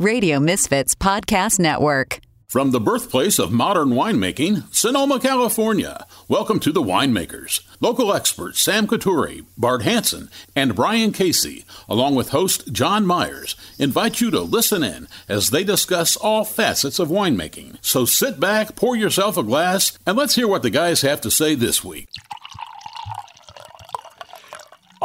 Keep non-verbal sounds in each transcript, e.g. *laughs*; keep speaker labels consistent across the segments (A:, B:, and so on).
A: Radio Misfits Podcast Network.
B: From the birthplace of modern winemaking, Sonoma, California, welcome to The Winemakers. Local experts Sam Couture, Bart Hanson, and Brian Casey, along with host John Myers, invite you to listen in as they discuss all facets of winemaking. So sit back, pour yourself a glass, and let's hear what the guys have to say this week.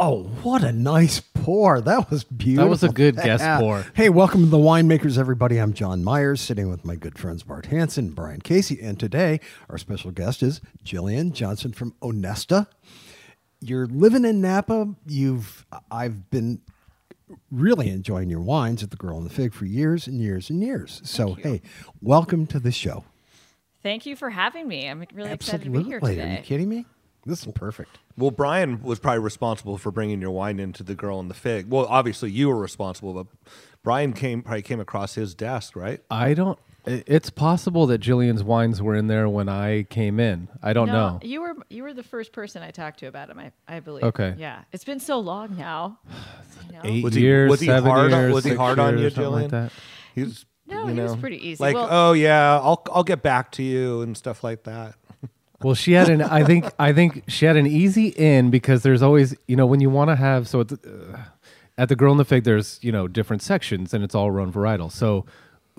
C: Oh, what a nice pour. That was beautiful.
D: That was a good guest pour.
C: Hey, welcome to the Winemakers, everybody. I'm John Myers, sitting with my good friends Bart Hanson, Brian Casey, and today our special guest is Jillian Johnson from Onesta. You're living in Napa. You've I've been really enjoying your wines at the Girl and the Fig for years and years and years. So hey, welcome to the show.
E: Thank you for having me. I'm really excited to be here today.
C: Are you kidding me? This is perfect.
F: Well, Brian was probably responsible for bringing your wine into the girl and the fig. Well, obviously you were responsible, but Brian came probably came across his desk, right?
D: I don't. i- It's possible that Jillian's wines were in there when I came in. I don't know.
E: you were you were the first person I talked to about him. I, I believe.
D: Okay.
E: Yeah, it's been so long
D: *sighs*
E: now. I know.
D: Eight
F: Was he-
D: years,
F: was he
D: seven
F: hard on-
D: years.
F: was he
D: six
F: hard on
D: years,
F: you,
D: something Like
F: Jillian?
D: that.
F: He was,
E: No,
F: you
E: he was
F: know,
E: pretty easy.
F: Like,
E: Well-
F: oh yeah, I'll I'll get back to you and stuff like that.
D: Well, she had an. I think. I think she had an easy in because there's always, you know, when you want to have. So it's, uh, at the Girl in the Fig, there's you know different sections, and it's all run varietal. So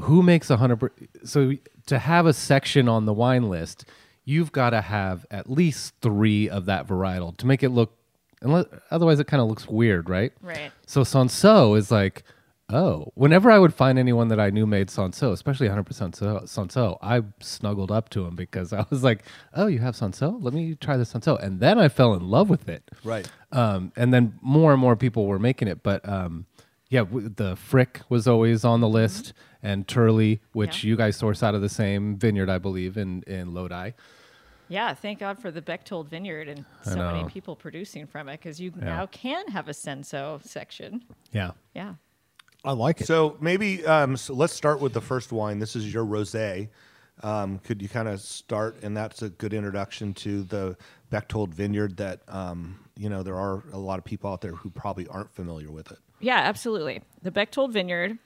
D: who makes a hundred? per- So to have a section on the wine list, you've got to have at least three of that varietal to make it look. Unless, otherwise, it kind of looks weird, right?
E: Right.
D: So Sanso is like, oh, whenever I would find anyone that I knew made Sanso, especially 100% so- Sanso, I snuggled up to him because I was like, oh, you have Sanso? Let me try this Sanso. And then I fell in love with it.
F: Right.
D: Um, and then more and more people were making it. But um, yeah, w- the Frick was always on the list and Turley, which
E: Mm-hmm. Yeah.
D: you guys source out of the same vineyard, I believe, in, in Lodi.
E: Yeah, thank God for the Bechtold Vineyard and so many
D: know.
E: people producing from it because you now can have a senso section.
D: Yeah.
E: Yeah.
C: I like it.
F: So maybe um, so let's start with the first wine. This is your rosé. Um, could you kind of start? And that's a good introduction to the Bechtold Vineyard. That um, you know there are a lot of people out there who probably aren't familiar with it.
E: Yeah, absolutely. The Bechtold Vineyard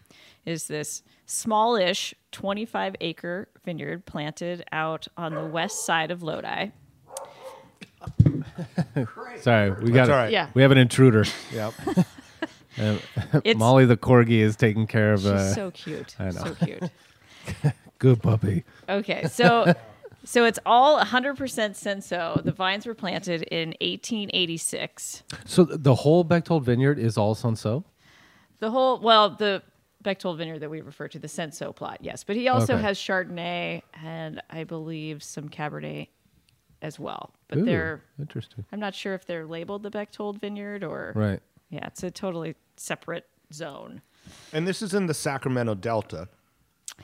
E: is this smallish 25 acre vineyard planted out on the west side of
D: *laughs*
E: Lodi.
D: Sorry. We got
F: That's all right.
E: Yeah.
D: We have an
E: *laughs*
D: intruder.
F: Yep.
E: It's
D: Molly the corgi is taking care of a
E: she's so cute.
D: uh, I know. *laughs*
E: So cute.
D: good puppy.
E: Okay, so *laughs* so it's all 100% senso. The vines were planted in 1886.
D: So th- the whole Bechtold vineyard is all Sanso.
E: The whole well, the Bechtold vineyard that we refer to the senso plot, yes, but he also
D: Okay.
E: has Chardonnay and I believe some Cabernet as well. But
D: Ooh,
E: they're
D: interesting.
E: I'm not sure if they're labeled the Bechtold vineyard or
D: Right.
E: Yeah, it's a totally separate zone.
F: *laughs* And this is in the Sacramento Delta.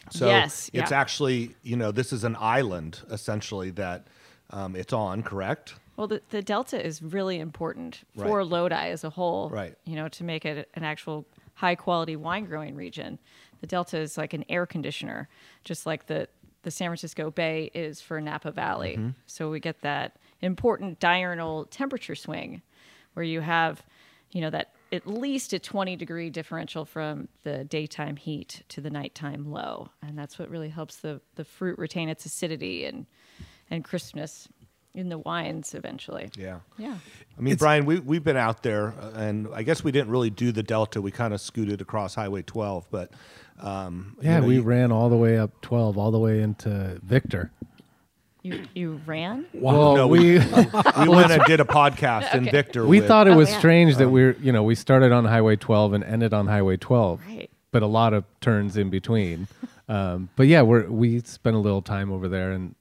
F: So
E: Yes,
F: it's
E: yeah.
F: actually, you know, this is an island essentially that um, it's on, correct?
E: Well, the, the delta is really important
F: Right.
E: for Lodi as a whole.
F: Right.
E: You know, to make it an actual high quality wine growing region, the delta is like an air conditioner, just like the the San Francisco Bay is for Napa Valley. So we get that important diurnal temperature swing, where you have, you know, that at least a 20 degree differential from the daytime heat to the nighttime low, and that's what really helps the the fruit retain its acidity and and crispness in the wines eventually.
F: Yeah.
E: Yeah.
F: I mean, Brian, we, we've been out there, uh, and I guess we didn't really do the Delta. We kind of scooted across Highway 12, but um, you
D: Yeah,
F: know,
D: we
F: you-
D: ran all the way up 12, all the way into Victor.
E: You you ran?
D: Well,
F: No,
D: we
F: we- *laughs* we went and did a
E: *laughs*
F: podcast in
D: *laughs*
F: Victor.
D: we
F: with-
D: thought it was
E: Oh, yeah.
D: strange that we're you know we started on Highway 12 and ended on Highway 12,
E: Right.
D: but a lot of turns in
E: *laughs*
D: between. um, but yeah, we're we spent a little time over there, and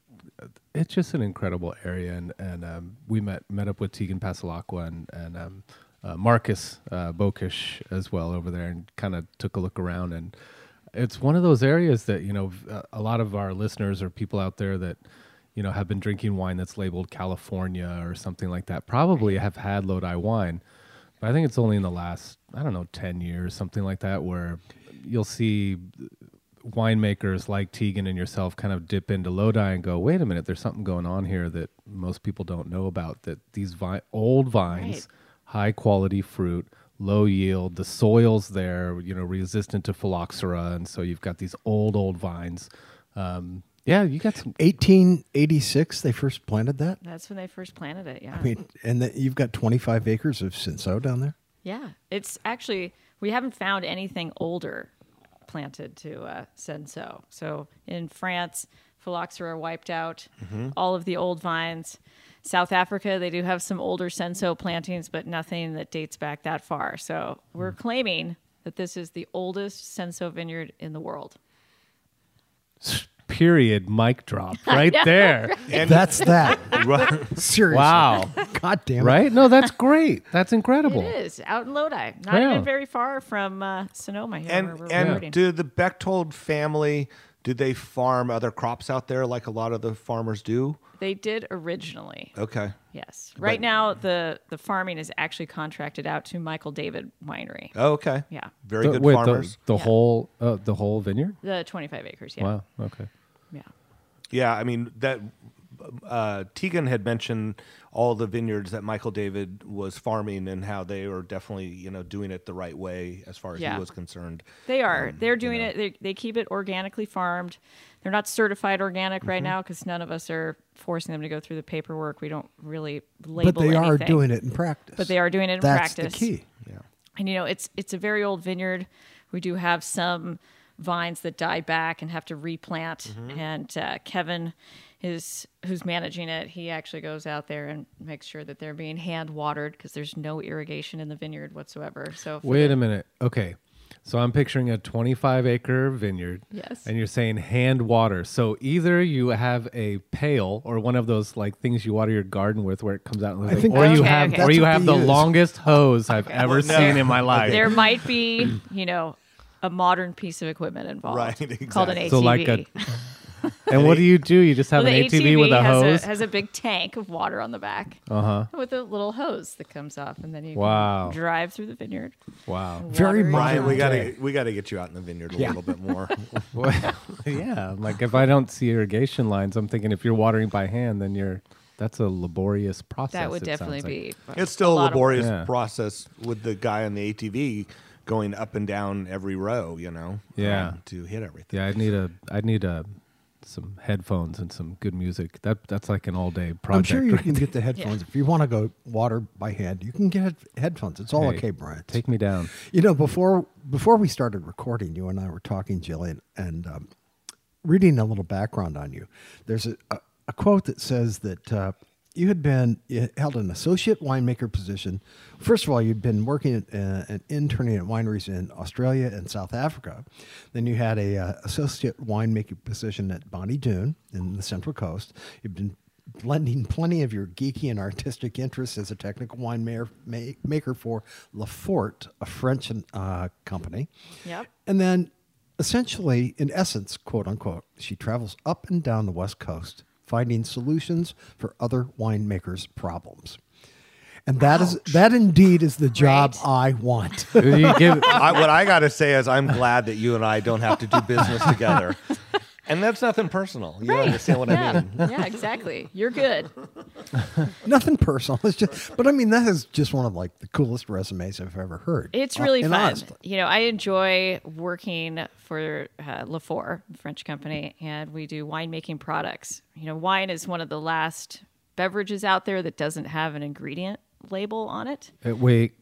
D: it's just an incredible area. And and um, we met met up with Tegan Pasalacqua and and um, uh, Marcus uh, Bokish as well over there, and kind of took a look around. And it's one of those areas that you know v- uh, a- a lot of our listeners or people out there that you know have been drinking wine that's labeled California or something like that. Probably have had Lodi wine, but I think it's only in the last I don't know ten years something like that where you'll see winemakers like Tegan and yourself kind of dip into Lodi and go, wait a minute, there's something going on here that most people don't know about. That these vi- old vines,
E: Right.
D: high quality fruit, low yield. The soils there, you know, resistant to phylloxera, and so you've got these old old vines. Um, yeah, you got some.
C: 1886, they first planted that.
E: That's when they first planted it. Yeah.
C: I mean, and that you've got 25 acres of Cinso down there.
E: yeah. It's actually, we haven't found anything older planted to uh, Senso. So in France, phylloxera wiped out all of the old vines. South Africa, they do have some older Senso plantings, but nothing that dates back that far. So we're claiming that this is the oldest Senso vineyard in the world.
D: Period. Mic
E: *laughs*
D: drop right there.
C: That's that. Seriously.
D: Wow.
C: God damn it.
D: *laughs* right? No, that's great. That's incredible.
E: It is out in Lodi, not
D: Yeah.
E: even very far from uh, Sonoma here. where
F: And
E: we're recording.
F: and do the Bechtold family do they farm other crops out there like a lot of the farmers do?
E: they did originally.
F: Okay.
E: Yes. Right now, the the farming is actually contracted out to Michael David Winery.
F: Oh, okay.
E: Yeah.
F: Very
D: The-
F: good
D: wait, the-
F: farmers.
D: The,
E: Yeah.
D: whole uh, the whole vineyard.
E: The 25 acres. Yeah.
D: Wow. Okay.
E: Yeah.
F: Yeah, I mean that. Uh, Tegan had mentioned all the vineyards that Michael David was farming and how they were definitely, you know, doing it the right way as far as
E: Yeah.
F: he was concerned.
E: They are.
C: Um,
E: They're doing it. They, they keep it organically farmed. They're not certified organic
C: Mm-hmm.
E: right now because none of us are forcing them to go through the paperwork. We don't really label.
C: But they are
E: anything.
C: doing it in practice.
E: But they are doing it in
C: That's the
E: practice.
C: key.
E: and you know it's it's a very old vineyard we do have some vines that die back and have to replant
F: Mm-hmm.
E: and uh, kevin is who's managing it he actually goes out there and makes sure that they're being hand watered because there's no irrigation in the vineyard whatsoever so for
D: Wait
E: the-
D: a minute. Okay. So I'm picturing a 25 acre vineyard.
E: Yes.
D: And you're saying hand water. So either you have a pail or one of those like things you water your garden with where it comes out and looks like-
C: think
D: or
E: that's-
D: you
E: Okay,
D: have
E: okay.
D: or
C: That's
D: you
C: what
D: have
C: they
D: the
C: use.
D: longest hose
E: *laughs*
D: I've ever
F: Well, no.
D: seen in my life. *laughs*
E: there might be you know a modern piece of equipment involved
F: Right,
E: called an atv
F: exactly.
D: So like a And what do you do? You just have
E: Well, the E
D: an ATV, with a
E: has,
D: hose.
E: A, has a big tank of water on the back uh-huh. with a little hose that comes off, and then you can
D: Wow.
E: drive through the vineyard. *laughs*
D: wow. *laughs*
C: Very
E: Water
C: modern.
F: Brian, we gotta we gotta get you out in the vineyard a little bit
D: *laughs*
F: more.
D: Well, yeah. Like if I don't see irrigation lines, I'm thinking if you're watering by hand, then you're that's a laborious process.
E: That would
D: it sounds
E: definitely
D: like.
E: be.
F: it's still a
E: lot of work.
F: laborious
D: Yeah.
F: process with the guy on the ATV going up and down every row, you know. um,
D: Yeah.
F: to hit everything.
D: Yeah, I'd need a I'd need a some headphones and some good music. That that's like an all day
C: I'm
D: project.
C: sure you *laughs*
D: right?
C: can get the headphones. If you want to go water by hand, you can get head- headphones. It's all
D: Hey,
C: okay, Brian.
D: Take me down.
C: You know, before before we started recording, you and I were talking, Jillian, and um, reading a little background on you. There's a, a, a quote that says that uh, you had been you held an associate winemaker position. First of all, you'd been working at, uh, and interning at wineries in Australia and South Africa. Then you had a uh, associate winemaker position at Bonnie Doon in the Central Coast. You've been blending plenty of your geeky and artistic interests as a technical winemaker ma- maker for Lafort, a French uh, company.
E: Yep.
C: And then, essentially, in essence, quote unquote, she travels up and down the West Coast finding solutions for other winemakers' problems. And that is that indeed is the job I want. *laughs*
D: You give-
F: I, what I gotta say is, I'm glad that you and I don't have to do business
E: *laughs*
F: together. And that's nothing personal. You understand what I
E: Yeah,
F: mean?
E: yeah, exactly. You're good.
C: Nothing personal. It's just, but I mean, that is just one of like the coolest resumes I've ever heard.
E: It's
C: Uh,
E: really
C: and
E: fun.
C: honestly.
E: You know, I enjoy working for uh, Lafleur, a French company, and we do winemaking products. You know, wine is one of the last beverages out there that doesn't have an ingredient label on it.
D: Uh, wait.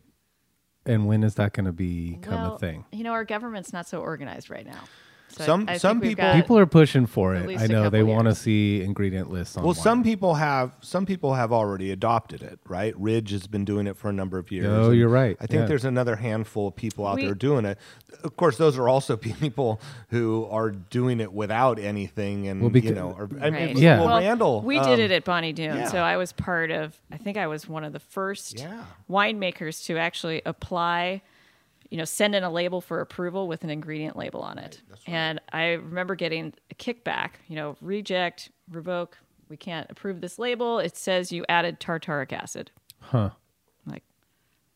D: And when is that going to become
E: Well,
D: a thing?
E: You know, our government's not so organized right now. So I-
F: Some-
E: I think
F: some
E: we've
F: people-
E: got-
D: People are pushing for
E: uh, at
D: it.
E: least
D: I
E: a
D: know they
E: couple
D: want to
E: years.
D: see ingredient lists on.
F: Well,
D: wine.
F: some people have some people have already adopted it, right? Ridge has been doing it for a number of years.
D: No,
F: and
D: Oh, you're right.
F: I think
D: Yeah.
F: there's another handful of people out
E: We-
F: there doing it. Of course, those are also *laughs* people who are doing it without anything, and
D: Well, becau-
F: you know, are, I mean,
E: Right.
F: look-
D: Yeah.
F: well,
E: Well,
F: Randall,
E: We
F: um,
E: did it at Bonnie Doon.
F: yeah.
E: So I was part of, I think I was one of the first
F: Yeah.
E: winemakers to actually apply, you know, send in a label for approval with an ingredient label on it. And I remember getting a kickback, you know, reject, revoke, we can't approve this label. It says you added tartaric acid.
D: Huh.
E: I'm like,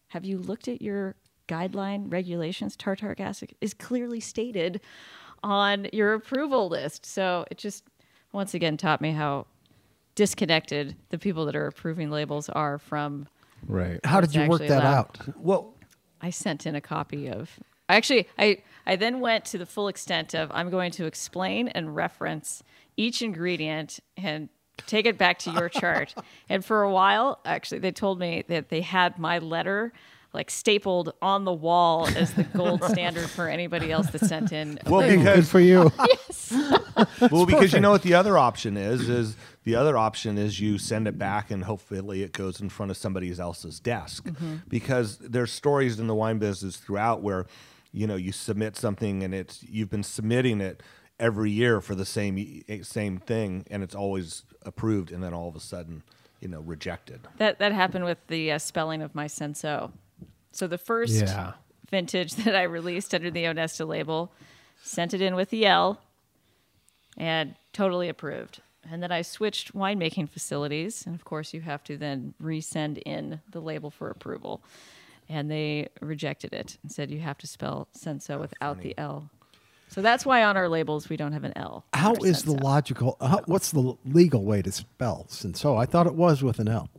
E: have you looked at your guideline regulations? Tartaric acid is clearly stated on your approval list. So it just once again taught me how disconnected the people that are approving labels are from
D: Right.
C: How
E: It's
C: did you work
E: actually
C: that
E: allowed.
C: out?
F: Well,
E: I sent in a copy of. I Actually, I I then went to the full extent of I'm going to explain and reference each ingredient and take it back to your chart. And for a while, actually, they told me that they had my letter like stapled on the wall as the gold standard for anybody else that sent in. a
F: Well,
E: letter.
D: Good
F: because
D: for you.
F: well, because you know what the other option is is the other option is you send it back and hopefully it goes in front of somebody else's desk
D: Mm-hmm.
F: because there's stories in the wine business throughout where you know you submit something and it's you've been submitting it every year for the same eh, same thing and it's always approved and then all of a sudden you know rejected.
E: That that happened with the uh, spelling of my senso. So the first
D: Yeah.
E: vintage *laughs* that I released under the Onesta label, sent it in with the L, and totally approved. And then I switched winemaking facilities, and of course you have to then resend in the label for approval. And they rejected it and said you have to spell senso without the L. So that's why on our labels we don't have an L.
C: *laughs*
E: on
C: How
E: our
C: is the
E: senso.
C: logical? How, what's the legal way to spell? Since so, I thought it was with an L.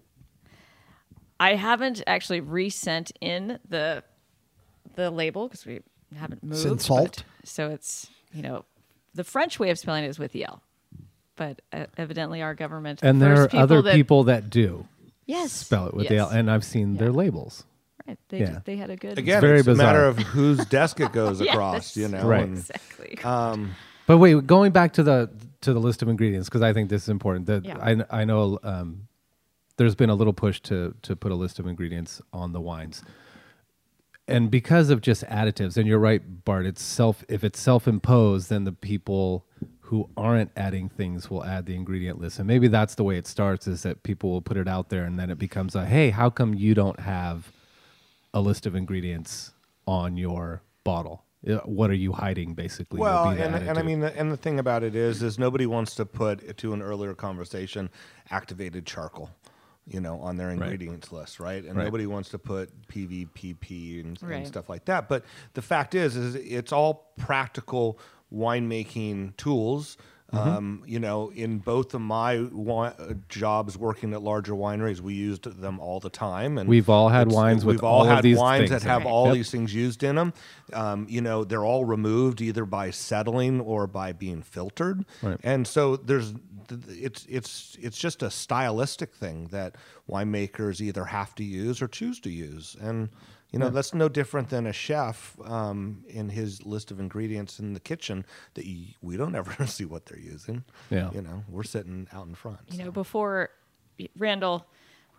E: I haven't actually resent in the the label because we haven't moved.
C: Sin salt?
E: but- So it's you know the French way of spelling it is with the L, but uh, evidently our government the
D: And there are
E: first
D: other
E: that,
D: people that do
E: yes
D: spell it with the
E: yes,
D: L, and I've seen their labels.
E: right. They
D: yeah.
E: they had a good
F: Again,
D: very
F: it's a
D: bizarre.
F: matter of whose desk it *laughs* goes
E: Yes,
F: across, you know.
D: Right.
F: and-
E: *laughs* exactly.
D: But wait, going back to the to the list of ingredients because I think this is important. That
E: Yeah.
D: I I know um, there's been a little push to to put a list of ingredients on the wines, and because of just additives. And you're right, Bart. It's self if it's self imposed, then the people who aren't adding things will add the ingredient list, and maybe that's the way it starts. Is that people will put it out there, and then it becomes a hey, how come you don't have a list of ingredients on your bottle? Uh, What are you hiding, basically? would
F: Well,
D: be the
F: and, and I
D: attitude.
F: mean, the, and the thing about it is, is nobody wants to put to an earlier conversation activated charcoal, you know, on their ingredients list, right? And
D: Right.
F: nobody wants to put PVPP and,
E: Right.
F: and stuff like that. But the fact is, is it's all practical winemaking tools.
D: Mm-hmm.
F: Um, you know, in both of my wi- uh, jobs working at larger wineries, we used them all the time, and
D: We've all had
F: it's-
D: wines with
F: we've all,
D: all of
F: had
D: these things
F: wines that
D: in
F: have
D: it.
F: all
D: Yep.
F: these things used in them. Um, you know, they're all removed either by settling or by being filtered.
D: Right.
F: And so there's th- it's it's it's just a stylistic thing that winemakers either have to use or choose to use. And you know, that's no different than a chef um, in his list of ingredients in the kitchen that you, we don't ever *laughs* see what they're using.
D: Yeah.
F: You know, we're sitting out in front.
E: you
F: so.
E: know, before Randall,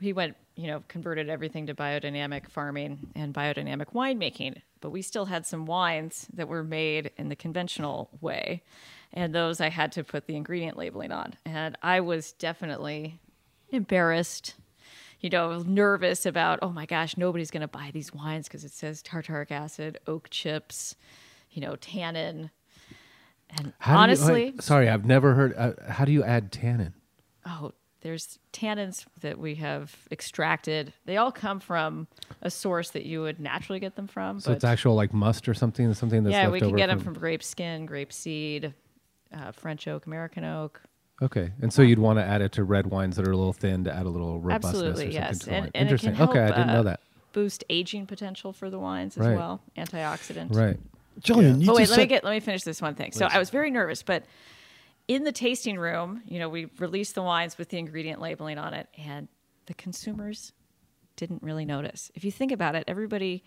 E: he went, you know, converted everything to biodynamic farming and biodynamic winemaking, but we still had some wines that were made in the conventional way. And those I had to put the ingredient labeling on. And I was definitely embarrassed, you know, nervous about, oh my gosh, nobody's going to buy these wines because it says tartaric acid, oak chips, you know, tannin. And
D: How do you-
E: honestly,
D: wait, sorry, I've never heard. Uh, how do you add tannin?
E: oh, there's tannins that we have extracted. They all come from a source that you would naturally get them from.
D: So
E: but
D: it's actual like must or something, something that's
E: yeah,
D: left
E: we can
D: over
E: get them from grape skin, grape seed, uh, French oak, American oak.
D: Okay, and so you'd want to add it to red wines that are a little thin to add a little robustness.
E: Absolutely,
D: or something
E: yes,
D: to the
E: and,
D: wine.
E: and it
D: Interesting.
E: can help.
D: okay, I didn't
E: uh,
D: know that.
E: Boost aging potential for the wines as
D: Right.
E: well. Antioxidant.
D: Right.
C: Jillian, you
E: oh wait,
C: just
E: let me
C: said-
E: get let me finish this one thing. So I was very nervous, but in the tasting room, you know, we released the wines with the ingredient labeling on it, and the consumers didn't really notice. If you think about it, everybody,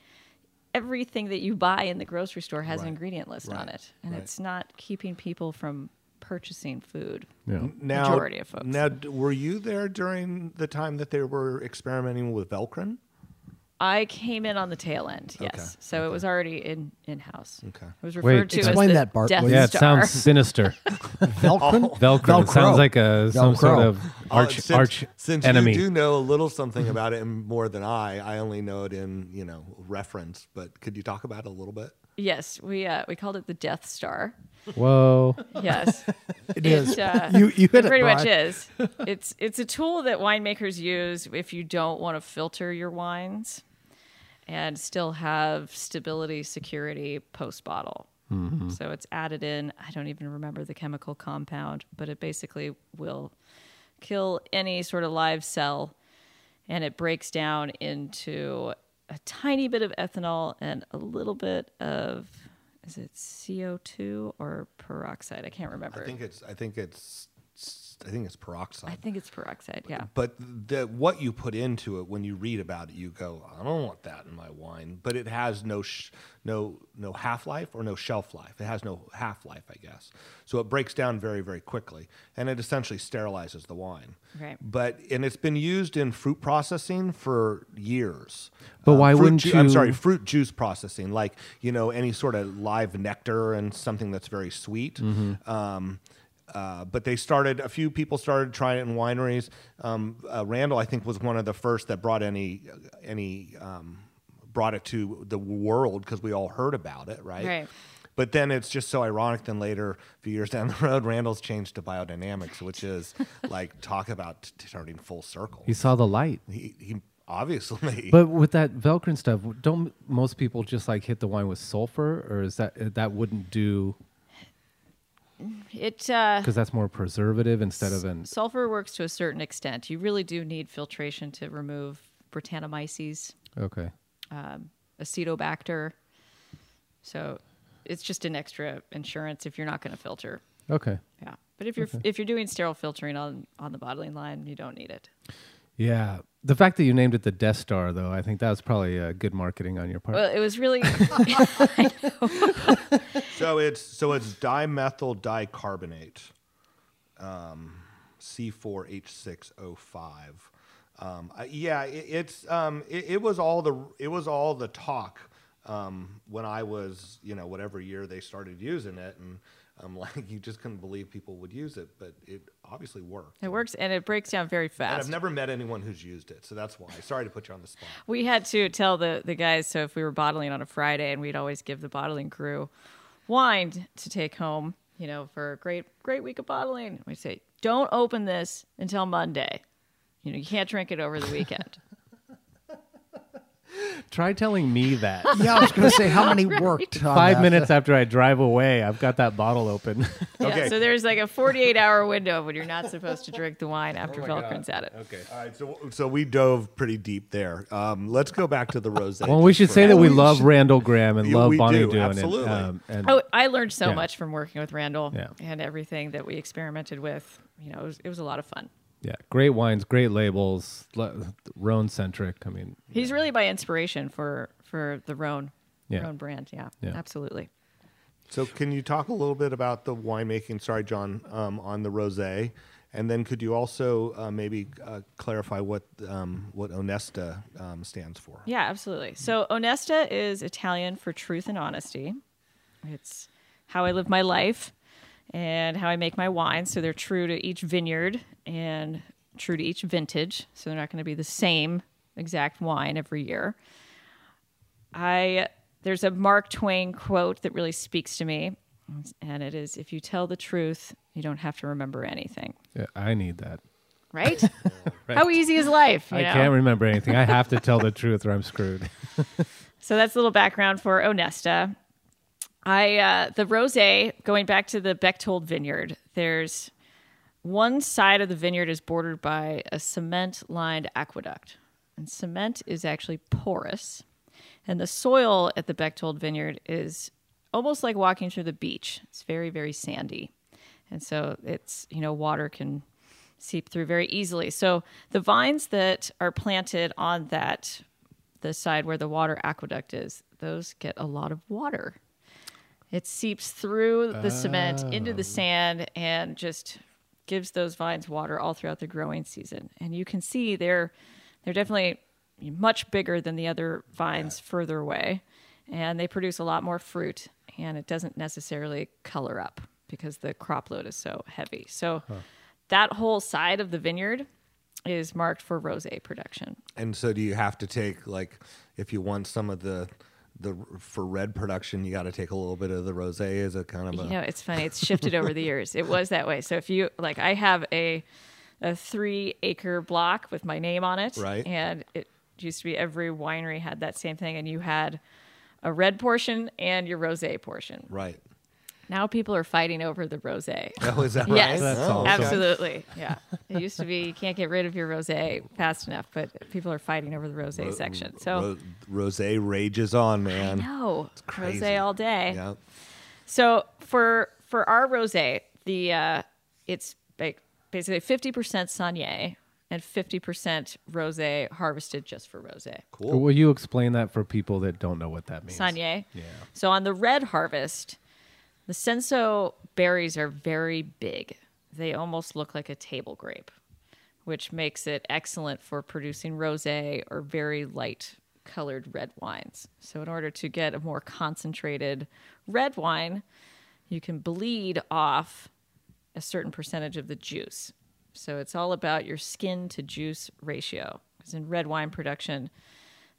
E: everything that you buy in the grocery store has an ingredient list on it, and it's not keeping people from purchasing food.
D: Yeah.
F: now,
E: majority of folks.
F: Now, d- were you there during the time that they were experimenting with Velcrin?
E: I came in on the tail end, yes. So it was already in in house. Okay, it was
D: Wait,
E: referred to
C: Explain
E: as the
C: that, Bart,
E: Death
C: please.
D: Yeah, it
E: Star. *laughs*
D: sounds sinister.
C: Velcro.
D: Velcro. It sounds like a some sort
C: Velcro.
D: of arch
F: Uh, since,
D: arch
F: since
D: enemy.
F: you do know a little something about it and more than I, I only know it in you know reference. But could you talk about it a little bit?
E: Yes, we uh, we called it the Death Star.
D: Whoa.
C: *laughs*
E: Yes. it
C: is.
E: uh,
C: You- you hit it,
E: pretty much
C: Brian. *laughs*
E: is. It's it's a tool that winemakers use if you don't want to filter your wines and still have stability, security post bottle.
C: Mm-hmm.
E: So it's added in. I don't even remember the chemical compound, but it basically will kill any sort of live cell and it breaks down into a tiny bit of ethanol and a little bit of is it CO2 or peroxide? I can't remember.
F: I think it's I think it's I think it's peroxide.
E: I think it's peroxide. Yeah.
F: but the, what you put into it when you read about it, you go, I don't want that in my wine. But it has no sh- no no half life or no shelf life. It has no half life, I guess. So it breaks down very very quickly, and it essentially sterilizes the wine.
E: Right.
F: But and it's been used in fruit processing for years.
D: But why
F: Um, fruit
D: wouldn't
F: I'm
D: you-
F: sorry, fruit juice processing, like you know any sort of live nectar and something that's very sweet.
D: Mm-hmm.
F: Um, uh, but they started. A few people started trying it in wineries. Um, uh, Randall, I think, was one of the first that brought any any um, brought it to the world because we all heard about it, right?
E: Right.
F: But then it's just so ironic. Then later, a few years down the road, Randall's changed to biodynamics, which is like talk about t- turning full circle.
D: He saw the light.
F: he, he obviously.
D: But with that Velcro stuff, don't most people just like hit the wine with sulfur, or is that that wouldn't do
E: It uh,
D: because that's more preservative instead of an
E: sulfur works to a certain extent. You really do need filtration to remove Britannomyces,
D: okay.
E: Acetobacter. So it's just an extra insurance if you're not going to filter.
D: Okay.
E: Yeah. But if you're if you're doing sterile filtering on on the bottling line, you don't need it.
D: Yeah. The fact that you named it the Death Star, though, I think that was probably uh, good marketing on your part.
E: Well, it was
F: *laughs*
E: really
F: so it's so it's dimethyl dicarbonate, um, C four H six O five. Um, I- yeah, it, it's um, it, it was all the it was all the talk um, when I was you know whatever year they started using it, and I'm *laughs* like you just couldn't believe people would use it, but it obviously worked.
E: it works and it breaks down very
F: And
E: fast.
F: I've never met anyone who's used it, so that's why. Sorry to put you on the spot.
E: We had to tell the, the guys, so if we were bottling on a Friday and we'd always give the bottling crew wine to take home, you know, for a great, great week of bottling. We'd say, don't open this until Monday. You know, you can't drink it over the weekend.
D: Try telling me that. *laughs*
C: Yeah, I was going to say how many worked. on
D: Five
C: that?
D: minutes after I drive away, I've got that bottle open.
E: *laughs*
D: *laughs*
E: Yeah,
F: Okay.
E: so there's like a 48 hour window when you're not supposed to drink the wine after Velcrin's at it.
D: okay.
F: All right, so so we dove pretty deep there. Um, let's go back to the rose.
D: Well, we should say that we love Randall Graham and
F: Yeah,
D: love
F: we
D: Bonnie
F: do,
D: doing
F: absolutely.
D: it. um, and
E: Oh, I learned so
D: Yeah.
E: much from working with Randall
D: Yeah.
E: and everything that we experimented with. You know, it was, it was a lot of fun.
D: yeah, great wines, great labels, Rhone centric. I mean,
E: He's really my inspiration for for the Roan,
D: Yeah.
E: Roan brand. Yeah,
D: Yeah.
E: absolutely.
F: So, can you talk a little bit about the winemaking? Sorry, John, um, on the rosé, and then could you also uh, maybe uh, clarify what um, what Onesta um, stands for?
E: Yeah, absolutely. So Onesta is Italian for truth and honesty. It's how I live my life and how I make my wine. So they're true to each vineyard and true to each vintage. So they're not going to be the same exact wine every year. I there's a Mark Twain quote that really speaks to me, and it is if you tell the truth, you don't have to remember anything.
D: yeah, I need that. *laughs*
E: Right? How easy is life? you
D: I
E: know?
D: can't remember anything. I have to tell the truth or I'm screwed.
E: So that's a little background for Onesta. I uh, the rosé going back to the Bechtold vineyard. There's one side of the vineyard is bordered by a cement-lined aqueduct, and cement is actually porous, and the soil at the Bechtold vineyard is almost like walking through the beach. It's very very sandy, and so it's you know water can seep through very easily. So the vines that are planted on that the side where the water aqueduct is, those get a lot of water. It seeps through the cement into the sand and just gives those vines water all throughout the growing season. And you can see they're they're definitely much bigger than the other vines further away, and they produce a lot more fruit. And it doesn't necessarily color up because the crop load is so heavy. So that whole side of the vineyard is marked for rosé production.
F: And so, do you have to take like if you want some of the the for red production, you got to take a little bit of the rosé as a kind of a
E: You know, it's funny. It's shifted over the years. It was that way. So if you like, I have a a three acre block with my name on it,
F: Right.
E: And it used to be every winery had that same thing, and you had a red portion and your rosé portion.
F: right. *laughs*
E: Now people are fighting over the rosé.
F: Oh, is that
E: Yes,
F: right? Oh, okay.
E: absolutely. Yeah, it used to be you can't get rid of your rosé fast enough, but people are fighting over the rosé section. So
F: Ro- Rosé rages on, man.
E: no,
F: crazy.
E: rosé all day.
F: Yeah.
E: So for for our rosé, the uh, it's ba- basically fifty percent Sanier and fifty percent rosé harvested just for rosé.
D: Will you explain that for people that don't know what that means?
E: Sanier. Yeah. So on the red harvest, the senso berries are very big. They almost look like a table grape, which makes it excellent for producing rosé or very light colored red wines. So in order to get a more concentrated red wine, you can bleed off a certain percentage of the juice. So it's all about your skin to juice ratio. Because in red wine production,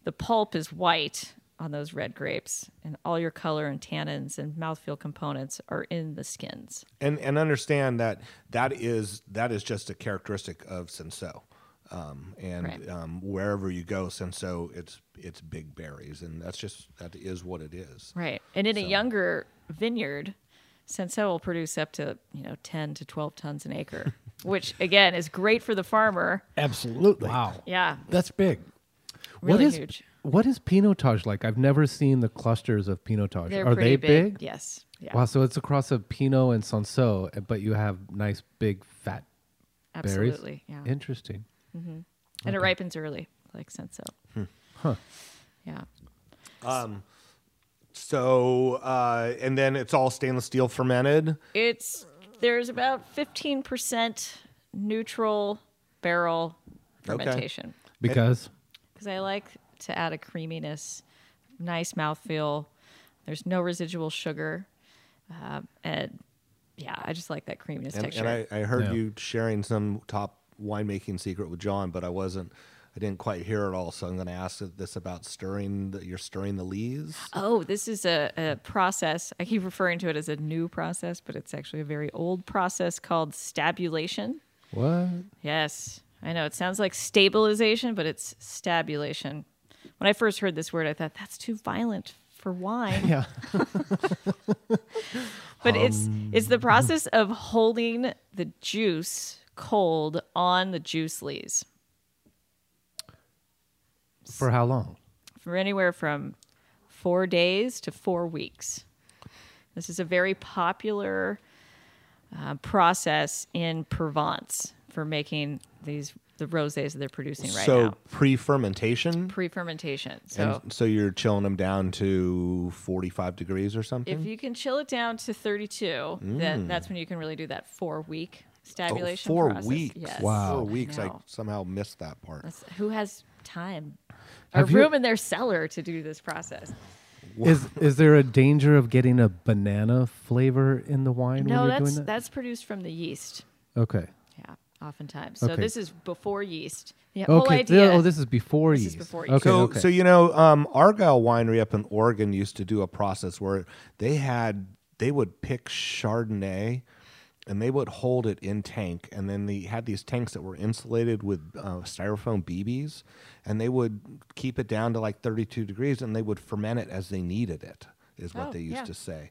E: the pulp is white on those red grapes, and all your color and tannins and mouthfeel components are in the skins.
F: And and understand that that is that is just a characteristic of Senso. Um, and
E: Right.
F: um, wherever you go, Senso, it's it's big berries, and that's just that is what it is.
E: Right. And in a younger vineyard, Senso will produce up to, you know, 10 to 12 tons
D: *laughs*
E: an acre, which again is great for the farmer.
C: Absolutely.
D: Wow.
E: Yeah.
C: That's big.
D: what
E: Really
D: is
E: huge.
D: what is pinotage like? I've never seen the clusters of pinotage.
E: They're
D: Are
E: pretty
D: they big?
E: Yes. Yeah.
D: Wow, so it's a cross of pinot and sanso, but you have nice big fat berries.
E: absolutely. Yeah.
D: Interesting.
E: and it ripens early, like Senso.
D: Hmm.
E: Yeah.
F: So, uh, and then it's all stainless steel fermented.
E: It's there's about 15% neutral barrel fermentation.
D: Because
E: because I like to add a creaminess, nice mouthfeel. There's no residual sugar, um, and yeah, I just like that creaminess
F: And,
E: texture.
F: and I, I heard
D: Yeah.
F: you sharing some top winemaking secret with John, but I wasn't. I didn't quite hear it all, so I'm going to ask this about stirring. The, you're stirring the lees.
E: oh, this is a, a process. I keep referring to it as a new process, but it's actually a very old process called stabulation.
D: what?
E: Yes, I know it sounds like stabilization, but it's stabulation. When I first heard this word, I thought that's too violent for wine.
D: Yeah.
E: *laughs* but it's it's the process of holding the juice cold on the juice lees
D: For how long?
E: for anywhere from four days to four weeks. This is a very popular uh, process in Provence for making these the rosés that they're producing right
F: so
E: now.
F: pre-fermentation.
E: Pre-fermentation. So
F: And so you're chilling them down to 45 degrees or something.
E: If you can chill it down to 32,
D: Mm.
E: then that's when you can really do that four week stabulation.
F: oh, four
E: process.
F: weeks.
E: Yes.
F: Four weeks. I,
E: know.
F: somehow missed that part.
E: That's- who has time or
D: Have you-
E: room in their cellar to do this process?
D: Is is there a danger of getting a banana flavor in the wine
E: No,
D: when you're
E: that's
D: doing that?
E: that's produced from the yeast.
D: Okay.
E: Yeah, oftentimes. So
D: Okay.
E: this is before yeast. The whole
D: Okay.
E: idea.
D: Oh, this is before
E: This is
D: yeast.
E: before
D: okay,
E: yeast.
F: so,
D: okay.
F: so you know, um, Argyle Winery up in Oregon used to do a process where they had they would pick Chardonnay, and they would hold it in tank, and then they had these tanks that were insulated with uh, styrofoam BBs, and they would keep it down to like 32 degrees, and they would ferment it as they needed it. Is what
E: Oh,
F: they used
E: yeah. Mm-hmm.
F: to say.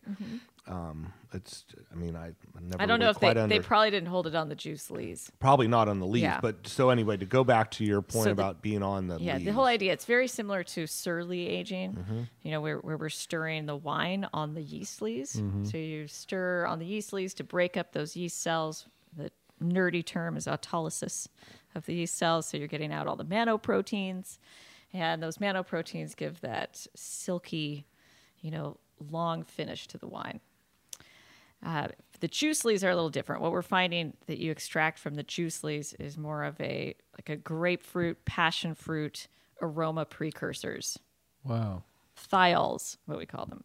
F: Um, it's, I mean, I I never.
E: I don't know
F: really
E: if they,
F: quite under-
E: they probably didn't hold it on the juice lees.
F: probably not on the leaves,
E: Yeah.
F: but so anyway, to go back to your
E: So
F: point
E: the-
F: about being on the
E: Yeah,
F: leaves,
E: the whole idea. It's very similar to surly aging. You know, where, where we're stirring the wine on the yeast lees. So you stir on the yeast lees to break up those yeast cells. The nerdy term is autolysis of the yeast cells. So you're getting out all the mannoproteins, and those mannoproteins give that silky, you know, long finish to the wine. Uh, the juice leaves are a little different. What we're finding that you extract from the juice leaves is more of a like a grapefruit, passion fruit aroma precursors,
D: wow.
E: thiols, what we call them,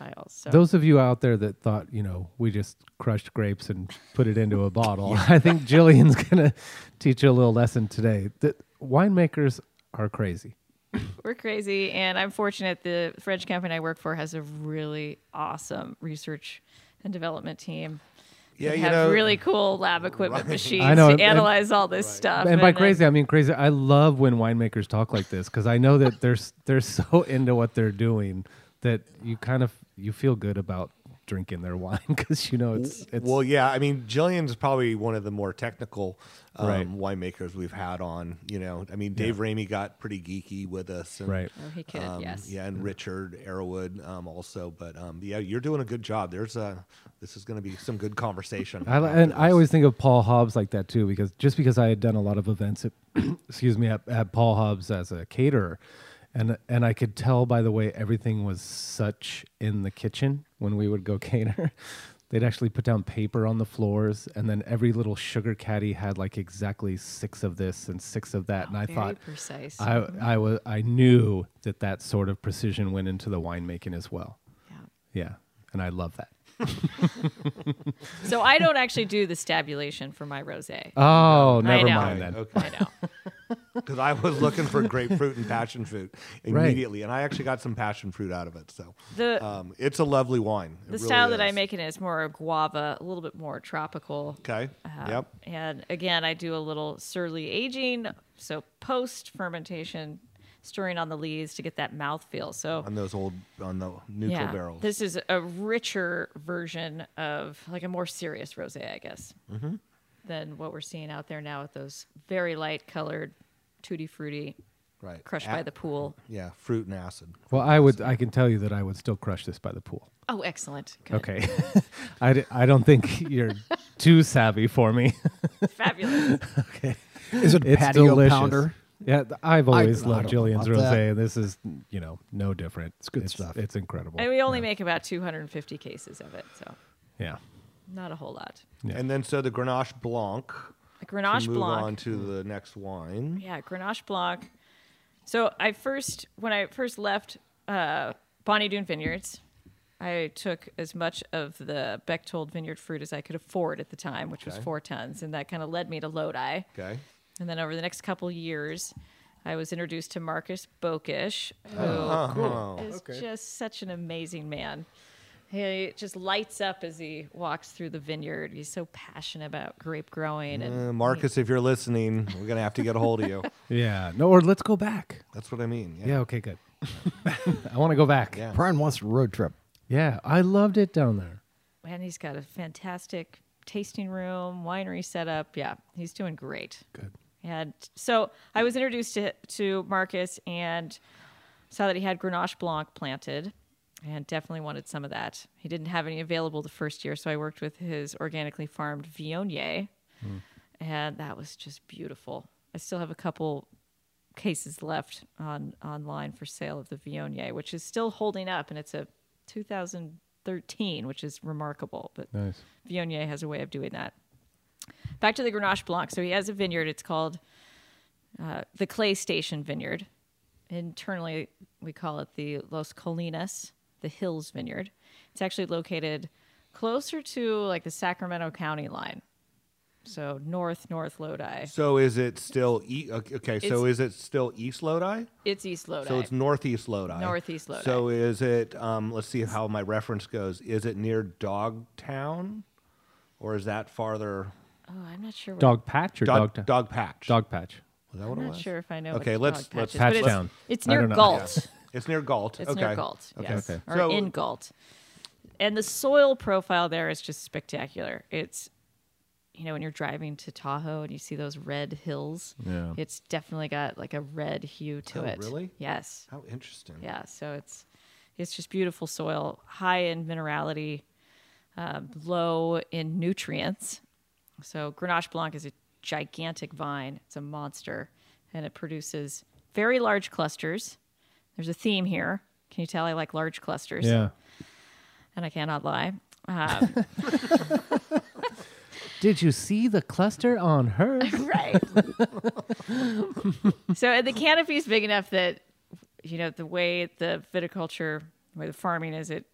E: thiols. So
D: Those of you out there that thought, you know, we just crushed grapes and put it into a bottle, I think Jillian's going to teach you a little lesson today that winemakers are crazy.
E: we're crazy, and I'm fortunate. The French company I work for has a really awesome research and development team.
F: Yeah,
E: they
F: you
E: have
F: know-
E: really cool lab equipment machines
D: I know,
E: to
D: and- and-
E: analyze all this stuff.
D: and by
E: then-
D: crazy, I mean crazy. I love when winemakers talk like this because I know *laughs* that they're s- they're so into what they're doing that you kind of you feel good about drinking their wine *laughs* because you know it's it's
F: well, yeah. I mean, Jillian's probably one of the more technical um,
D: Right.
F: winemakers we've had on. You know, I mean, Dave Ramey got pretty geeky with us, and,
D: right.
E: Oh, he could,
F: um,
E: yes.
F: Yeah, and Richard Arrowwood um, also. But um, yeah, you're doing a good job. There's a this is going to be some good conversation.
D: I, li-
F: after
D: and I
F: this.
D: always think of Paul Hobbs like that too, because just because I had done a lot of events, at, *clears throat* excuse me, at, at Paul Hobbs as a caterer, and and I could tell by the way everything was such in the kitchen when we would go *laughs* cater. They'd actually put down paper on the floors, and then every little sugar caddy had like exactly six of this and six of that. and I
E: Very
D: thought,
E: precise.
D: I I was I knew that that sort of precision went into the winemaking as well.
E: yeah.
D: Yeah, and I love that.
E: So I don't actually do the stabulation for my rosé.
D: Oh, never
E: know.
D: mind then.
F: Okay.
E: I know.
F: because I was looking for grapefruit and passion fruit
D: *laughs* Right.
F: immediately, and I actually got some passion fruit out of it. So
E: The-
F: um, it's a lovely wine. It
E: The
F: really
E: style that I
F: is.
E: make it in is more guava, a little bit more tropical. Uh,
F: Okay. yep.
E: And again, I do a little surly aging, so post fermentation, stirring on the leaves to get that mouthfeel. So
F: On those old on the neutral barrels.
E: This is a richer version of like a more serious rosé, I guess,
F: Mm-hmm.
E: than what we're seeing out there now with those very light colored, tutti frutti,
F: right.
E: crushed
F: A-
E: by the pool.
F: Yeah, fruit and acid.
D: Well, I would. I can tell you that I would still crush this by the pool.
E: Oh, excellent! Good.
D: Okay, *laughs* I, d- I don't think you're too savvy for me.
E: *laughs* fabulous.
C: Is it a *laughs*
D: It's
C: patio
D: delicious.
C: pounder?
D: Yeah, th- I've always
C: I
D: loved
C: don't know
D: Jillian's
C: about that.
D: rosé, and this is you know no different. It's
C: good stuff.
D: It's incredible.
E: and we only make about 250 cases of it, so
D: yeah.
E: not a whole lot.
D: Yeah.
F: And then so the Grenache Blanc.
E: A Grenache
F: to move
E: Blanc.
F: on to the next wine.
E: Yeah, Grenache Blanc. So I first, when I first left uh, Bonnie Doon Vineyards, I took as much of the Bechtold vineyard fruit as I could afford at the time, which was four tons, and that kind of led me to Lodi.
F: Okay.
E: And then over the next couple years, I was introduced to Marcus Bokish, who is
F: Oh,
E: just such an amazing man. He just lights up as he walks through the vineyard. He's so passionate about grape growing and
F: Uh, Marcus, if you're listening, we're gonna have to get a hold
E: *laughs*
F: of you.
D: Yeah. No, or let's go back.
F: That's what I mean.
D: Yeah. okay. Good. *laughs* I want to go back.
F: Yeah.
C: Brian wants a road trip.
D: Yeah. I loved it down there.
E: and he's got a fantastic tasting room, winery setup. Yeah, he's doing great.
D: Good.
E: And so I was introduced to, to Marcus and saw that he had Grenache Blanc planted and definitely wanted some of that. He didn't have any available the first year, so I worked with his organically farmed Viognier, and that was just beautiful. I still have a couple cases left on online for sale of the Viognier, which is still holding up, and it's a 2013, which is remarkable. But
D: Nice.
E: Viognier has a way of doing that. Back to the Grenache Blanc. So he has a vineyard. It's called uh, the Clay Station Vineyard. Internally, we call it the Los Colinas, the Hills Vineyard. It's actually located closer to like the Sacramento County line. So north, north Lodi.
F: So is it still e- okay? okay, So
E: It's-
F: is it still East Lodi?
E: It's East Lodi.
F: So it's northeast Lodi.
E: Northeast Lodi.
F: So is it? Um, let's see how my reference goes. Is it near Dogtown, or is that farther?
E: oh, I'm not sure. What,
D: Dog patch or dog
F: Dog, dog Patch.
D: dog patch.
F: Is that what
E: I'm
F: it
E: not
F: was?
E: sure if I know.
F: Okay,
E: what
F: let's-
E: dog
F: let's-
E: patch is, but it's-
D: Patchdown.
E: It's
D: I
E: near
D: don't know.
E: Galt.
F: It's near Galt.
E: It's
F: okay.
E: near Galt,
F: Okay.
E: yes,
D: Okay.
E: or
F: So-
E: in Galt. And the soil profile there is just spectacular. It's, you know, when you're driving to Tahoe and you see those red hills,
D: Yeah.
E: it's definitely got like a red hue to
F: Oh,
E: it.
F: really?
E: Yes.
F: How interesting.
E: Yeah. So it's, it's just beautiful soil, high in minerality, um, low in nutrients. So Grenache Blanc is a gigantic vine. It's a monster, and it produces very large clusters. There's a theme here. Can you tell I like large clusters?
D: Yeah.
E: And I cannot lie. Um,
D: Did you see the cluster on her?
E: *laughs* right. so and the canopy is big enough that you know the way the viticulture, the way the farming is, it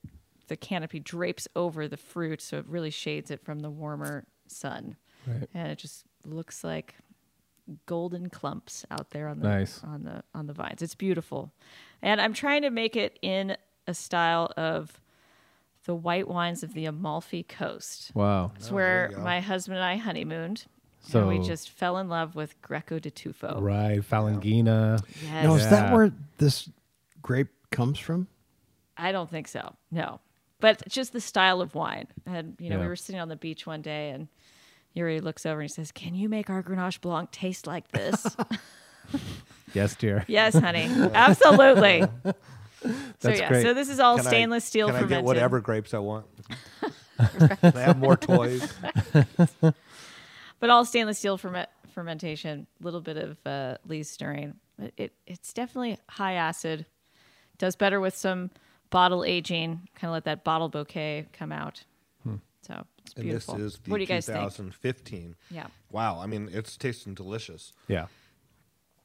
E: the canopy drapes over the fruit, so it really shades it from the warmer sun,
D: Right.
E: and it just looks like golden clumps out there on the
D: Nice.
E: on the on the vines. It's beautiful, and I'm trying to make it in a style of the white wines of the Amalfi Coast.
D: Wow.
F: Oh,
E: It's where my husband and I honeymooned. So
D: So-
E: we just fell in love with Greco de
D: *laughs*
E: Tufo.
D: Right. Falangina.
E: Yes.
C: Now, is that
D: Yeah.
C: where this grape comes from?
E: I don't think so. No. but just the style of wine. And you know, we
D: Yeah.
E: were sitting on the beach one day, and Yuri looks over and he says, "Can you make our Grenache Blanc taste like this?"
F: *laughs*
D: Yes, dear.
E: yes, honey,
D: *laughs*
E: absolutely. so
D: That's
E: yeah,
D: great.
E: so this is all
F: Can I-
E: stainless steel
F: Can
E: fermented.
F: I get whatever grapes
D: *laughs*
F: I want? Can I have
E: *laughs*
F: more toys?
E: but all stainless steel ferment, fermentation, a little bit of uh, Lee's stirring. But It, it's definitely high acid. Does better with some bottle aging. Kind of let that bottle bouquet come out.
D: Hmm.
E: So it's
F: And this
E: beautiful.
F: is the
E: what do you guys think?
F: 2015.
E: Yeah.
F: Wow. I mean, it's tasting delicious.
D: Yeah.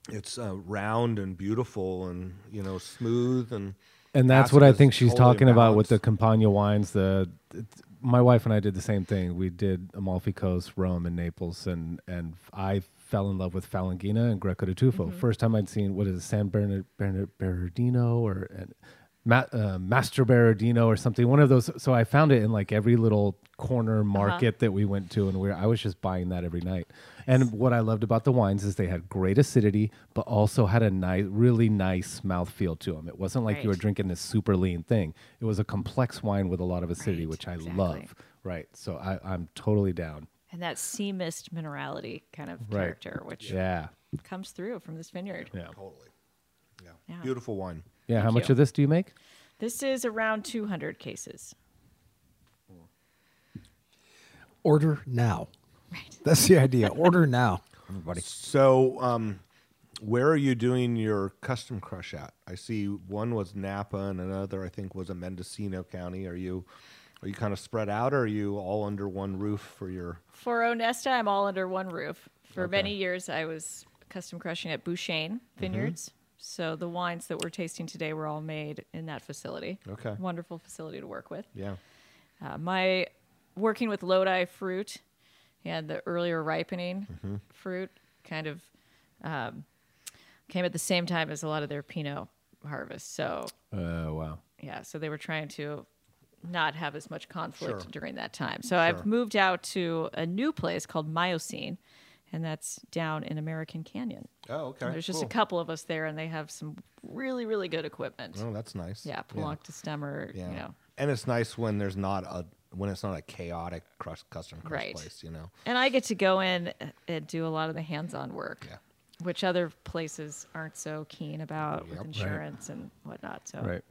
F: It's uh, round and beautiful, and you know, smooth and.
D: And that's
F: acid
D: what I
F: is
D: think she's
F: totally
D: talking about with the
F: balanced.
D: Campagna wines. The th- my wife and I did the same thing. We did Amalfi Coast, Rome, and Naples, and and I fell in love with Falanghina and Greco di Tufo.
F: Mm-hmm.
D: First time I'd seen what is it, San Bernard, Bernard, Bernardino or and Ma, uh, Master Bernardino or something. One of those. So I found it in like every little corner
F: Uh-huh.
D: market that we went to, and we were, I was just buying that every night. And what I loved about the wines is they had great acidity, but also had a nice, really nice mouthfeel to them. It wasn't like you were
E: Right.
D: drinking this super lean thing. It was a complex wine with a lot of acidity,
E: Right,
D: which I
E: exactly.
D: love. Right. So I, I'm totally down.
E: And that sea mist minerality kind of
D: Right.
E: character, which
D: Yeah.
E: comes through from this vineyard.
D: Yeah.
F: Totally. Yeah.
E: Yeah.
F: Beautiful wine.
D: Yeah. How
E: Thank
D: much
E: you.
D: of this do you make?
E: This is around 200 cases.
C: Order now. Right. That's the idea. Order now, everybody.
F: So, um, where are you doing your custom crush at? I see one was Napa, and another I think was a Mendocino County. Are you are you kind of spread out, or are you all under one roof for your?
E: For Onesta, I'm all under one roof. For many years, I was custom crushing at Bouchain Vineyards. So the wines that we're tasting today were all made in that facility.
F: Okay.
E: Wonderful facility to work with.
F: Yeah.
E: Uh, my working with Lodi fruit and the earlier ripening fruit kind of um, came at the same time as a lot of their Pinot harvest. So
D: Oh, wow.
E: yeah so they were trying to not have as much conflict during that time so i've moved out to a new place called miocene and that's down in american canyon
F: Oh, okay.
E: And there's just a couple of us there and they have some really really good equipment
F: Oh, that's nice.
E: yeah Poulenc to stemmer
F: Yeah.
E: you know
F: And it's nice when there's not a when it's not a chaotic crush, custom crush
E: Right.
F: place. You know.
E: and i get to go in and do a lot of the hands-on work
F: Yeah.
E: which other places aren't so keen about with insurance and whatnot so
D: Right.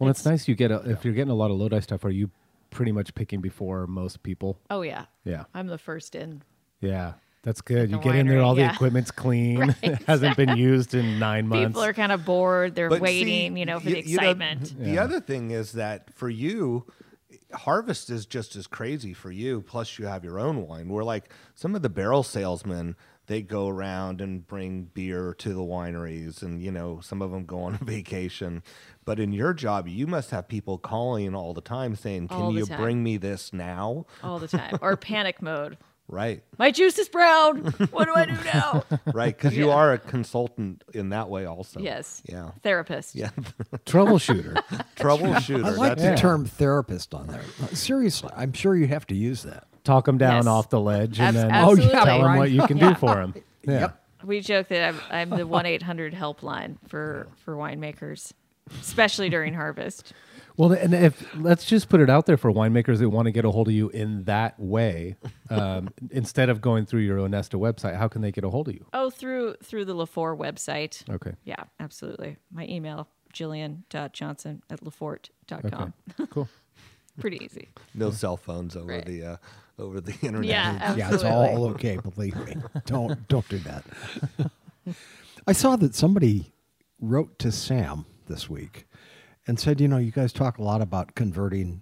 D: Well, it's, nice you get a, if you're getting a lot of Lodi stuff. Are you pretty much picking before most people?
E: oh yeah
D: Yeah.
E: i'm the first in
D: Yeah. That's good.
E: the
D: You get in there,
E: winery,
D: all
E: yeah.
D: the equipment's
E: *laughs*
D: clean. it *laughs* hasn't been used in nine months.
E: people are kind of bored they're
F: But see,
E: waiting you know for the
F: y-
E: excitement
F: the other thing is that for you, harvest is just as crazy for you. Plus, you have your own wine. We're like some of the barrel salesmen. They go around and bring beer to the wineries, and you know some of them go on *laughs* vacation. But in your job, you must have people calling all the time saying, "Can
E: All the
F: you
E: time. Oh.
F: bring me this now?"
E: all the time or panic mode.
F: Right,
E: My juice is brown. What do I do now?
F: right, because
E: *laughs*
F: you are a consultant in that way, also.
E: yes.
F: Yeah.
E: Therapist.
F: Yeah.
D: Troubleshooter.
C: *laughs*
F: Troubleshooter.
C: I like
F: That's
C: the
D: Yeah.
C: term therapist on there. Seriously, I'm sure you have to use that.
D: Talk them down
E: Yes.
D: off the ledge
E: Abs-
D: and then
E: absolutely.
D: tell them
C: Right.
D: what you can
E: *laughs* Yeah.
D: do for them. Yeah.
E: We joke that I'm, I'm the one eight hundred helpline for for winemakers, especially during harvest.
D: Well, and if let's just put it out there for winemakers that want to get a hold of you in that way, um, *laughs* instead of going through your Onesta website, how can they get a hold of you?
E: Oh, through through the Lafort website.
D: Okay.
E: Yeah, absolutely. My email, Jillian.johnson at Lafort.com. com.
D: Cool.
E: *laughs* Pretty easy.
F: no cell phones over
E: Right.
F: the uh, over the *laughs* internet.
E: Yeah, absolutely.
C: Yeah, it's all okay. Believe me. *laughs* Don't don't do that. *laughs* I saw that somebody wrote to Sam this week and said, you know, you guys talk a lot about converting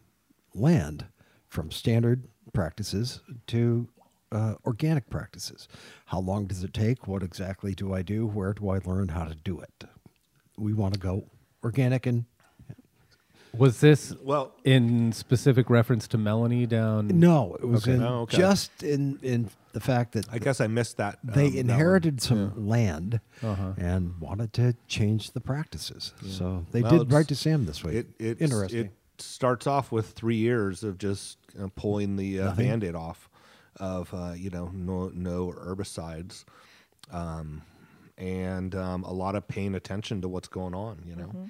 C: land from standard practices to uh, organic practices. How long does it take? What exactly do I do? Where do I learn how to do it? We want to go organic and
D: Was this
F: Well-
D: in specific reference to Melanie down?
C: no, it was in
F: Oh, okay.
C: just in in the fact that
F: I guess I missed that.
C: they
F: um, that Uh-huh.
C: inherited some land and wanted to change the practices. So they
F: Well,
C: did
F: it's-
C: right to Sam this
F: one.
C: week.
F: It, it's,
C: Interesting.
F: It starts off with three years of just uh, pulling the uh, band aid off of, uh, you know, no, no herbicides um, and um, a lot of paying attention to what's going on, you know.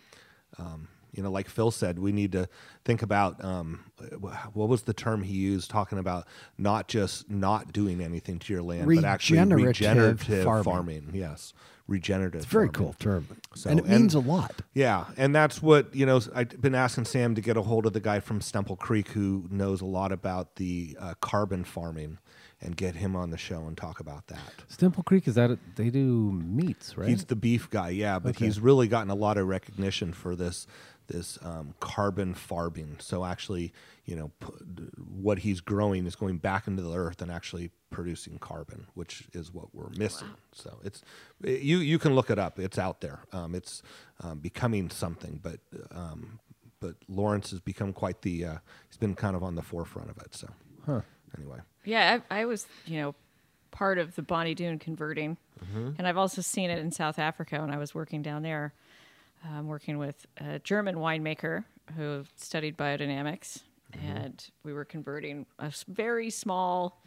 F: Um, you know, like Phil said, we need to think about um, wh- what was the term he used talking about not just not doing anything to your land, but actually
C: Regenerative
F: regenerative
C: farming.
F: farming. Yes, regenerative.
C: Very
F: farming.
C: cool term.
F: So-
C: and it
F: and-
C: means a lot.
F: Yeah, and that's what you know. I've been asking Sam to get a hold of the guy from Stemple Creek who knows a lot about the uh, carbon farming, and get him on the show and talk about that.
D: Stemple Creek is that it- they do meats, right?
F: He's the beef guy, yeah, but he's really gotten a lot of recognition for this this um, carbon farming. So actually, you know, p- what he's growing is going back into the earth and actually producing carbon, which is what we're missing. So it's you you can look it up. It's out there. Um, it's um, becoming something, but um, but Lawrence has become quite the uh, he's been kind of on the forefront of it. So anyway,
E: Yeah, I, I was, you know, part of the Bonnie Doon converting, and I've also seen it in South Africa when I was working down there, um, working with a German winemaker who studied biodynamics, and we were converting a s- very small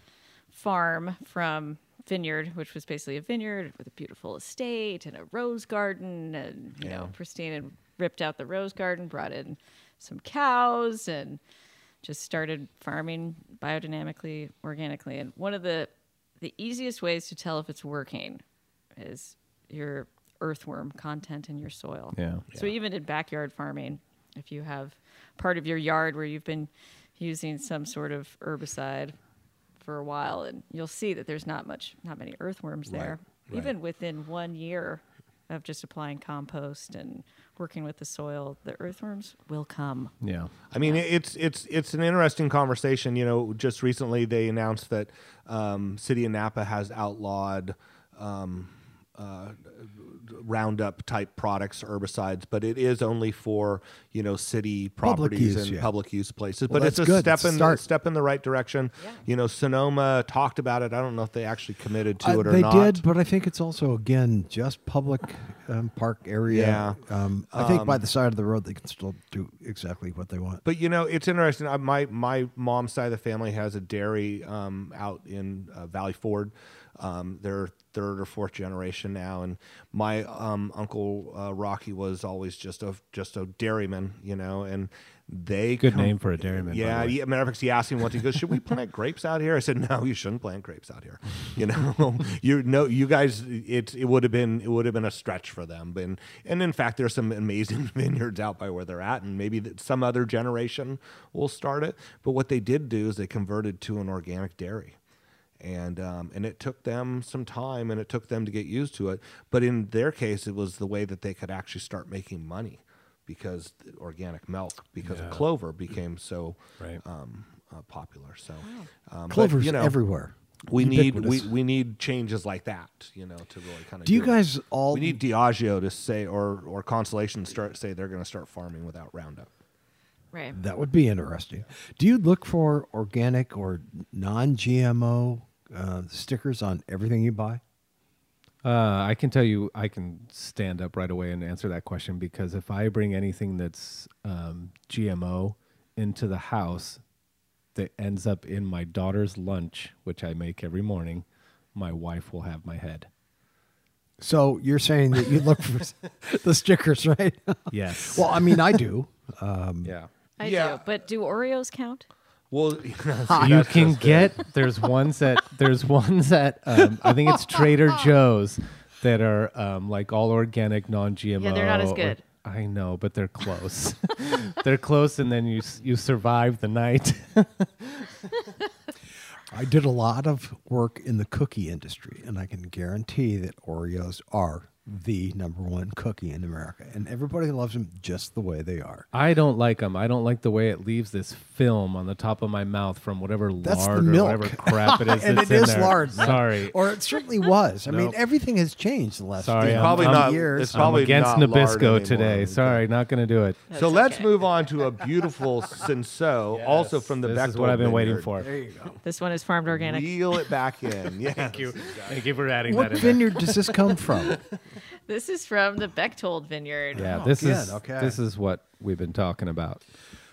E: farm from vineyard, which was basically a vineyard with a beautiful estate and a rose garden, and you know, pristine, and ripped out the rose garden, brought in some cows, and just started farming biodynamically, organically. And one of the the easiest ways to tell if it's working is your earthworm content in your soil.
D: Yeah.
E: So even in backyard farming, if you have part of your yard where you've been using some sort of herbicide for a while and you'll see that there's not much not many earthworms there. Even within one year of just applying compost and working with the soil, the earthworms will come.
D: yeah.
F: I mean, it's it's it's an interesting conversation. You know, just recently they announced that um, City of Napa has outlawed um, uh, Roundup type products, herbicides, but it is only for you know city
C: Public use,
F: properties and
C: yeah.
F: public use places.
C: Well,
F: but it's a
C: that's good.
F: step
C: It's a
F: in the,
C: start.
F: step in the right direction. You know, Sonoma talked about it. I don't know if they actually committed to
C: Uh,
F: it or
C: they
F: not.
C: did, but I think it's also again just public um, park area.
F: Yeah.
C: Um, I think by the side of the road they can still do exactly what they want.
F: But you know, it's interesting. I, my my mom's side of the family has a dairy um, out in uh, Valley Ford. Um, they're third or fourth generation now, and my um, uncle uh, Rocky was always just a just a dairyman, you know, and they
D: Good name for a dairyman, by the
F: Yeah,
D: way.
F: he, matter of fact, he asked me once. He goes, "Should we plant grapes out here?" I said, "No, you shouldn't plant grapes out here. You know, *laughs* you no, you guys. It it would have been it would have been a stretch for them. And and in fact, there's some amazing *laughs* vineyards out by where they're at, and maybe that some other generation will start it. But what they did do is they converted to an organic dairy and um, and it took them some time and it took them to get used to it but in their case it was the way that they could actually start making money because the organic milk because of clover became so
D: Right.
F: um, uh, popular so um, but,
C: Clovers
F: you know,
C: everywhere.
F: we need we,
C: Ubiquitous.
F: we need changes like that you know to really kind of
C: Do you
F: it.
C: guys all-
F: we need Diageo to say or or Constellation to start say they're going to start farming without Roundup
E: Right.
C: That would be interesting. Do you look for organic or non-GMO uh, stickers on everything you buy?
D: Uh, I can tell you, I can stand up right away and answer that question because if I bring anything that's um, GMO into the house that ends up in my daughter's lunch, which I make every morning, my wife will have my head.
C: So you're saying that you look *laughs* for the stickers, right?
D: Yes.
E: *laughs*
C: well, I mean, I do.
D: yeah.
E: I
F: Yeah.
E: do. But do Oreos count?
D: *laughs*
F: well
D: you can get there's ones that there's ones that um, I think it's
E: *laughs*
D: Trader Joe's that are um, like all organic, non-GMO.
E: Yeah, they're not as
D: or-
E: good.
D: I know, but they're close. *laughs* they're close, and then you s- you survive the night. *laughs*
C: I did a lot of work in the cookie industry, and I can guarantee that Oreos are the number one cookie in America, and everybody loves them just the way they are.
D: I don't like them. I don't like the way it leaves this film on the top of my mouth from whatever
C: That's the
D: lard or
C: milk.
D: whatever crap it
C: *laughs*
D: is.
C: and
D: that's
C: it
D: in
C: is
D: there.
C: large. now.
D: Sorry.
C: or it certainly was. I mean,
D: Nope.
C: everything has changed the last
D: Sorry,
C: few
D: I'm-
F: probably
D: I'm-
F: not
C: years.
F: it's
D: I'm
F: probably
D: against
F: not lard
D: Nabisco
F: anymore.
D: today. Sorry, not going to do it.
F: so let's
E: okay.
F: move on to a beautiful Cinsault, also from the
D: This
F: Bechtel
D: is what I've been waiting
F: vineyard.
D: for.
E: This one is farmed organic.
F: Reel it back
E: *laughs*
F: in. Yeah. Thank you.
D: Thank you for adding
C: What
D: that in. there.
C: vineyard does this come from?
E: This is from the Bechtold Vineyard.
D: Yeah, this
C: Oh, good,
D: is
C: okay.
D: this is what we've been talking about.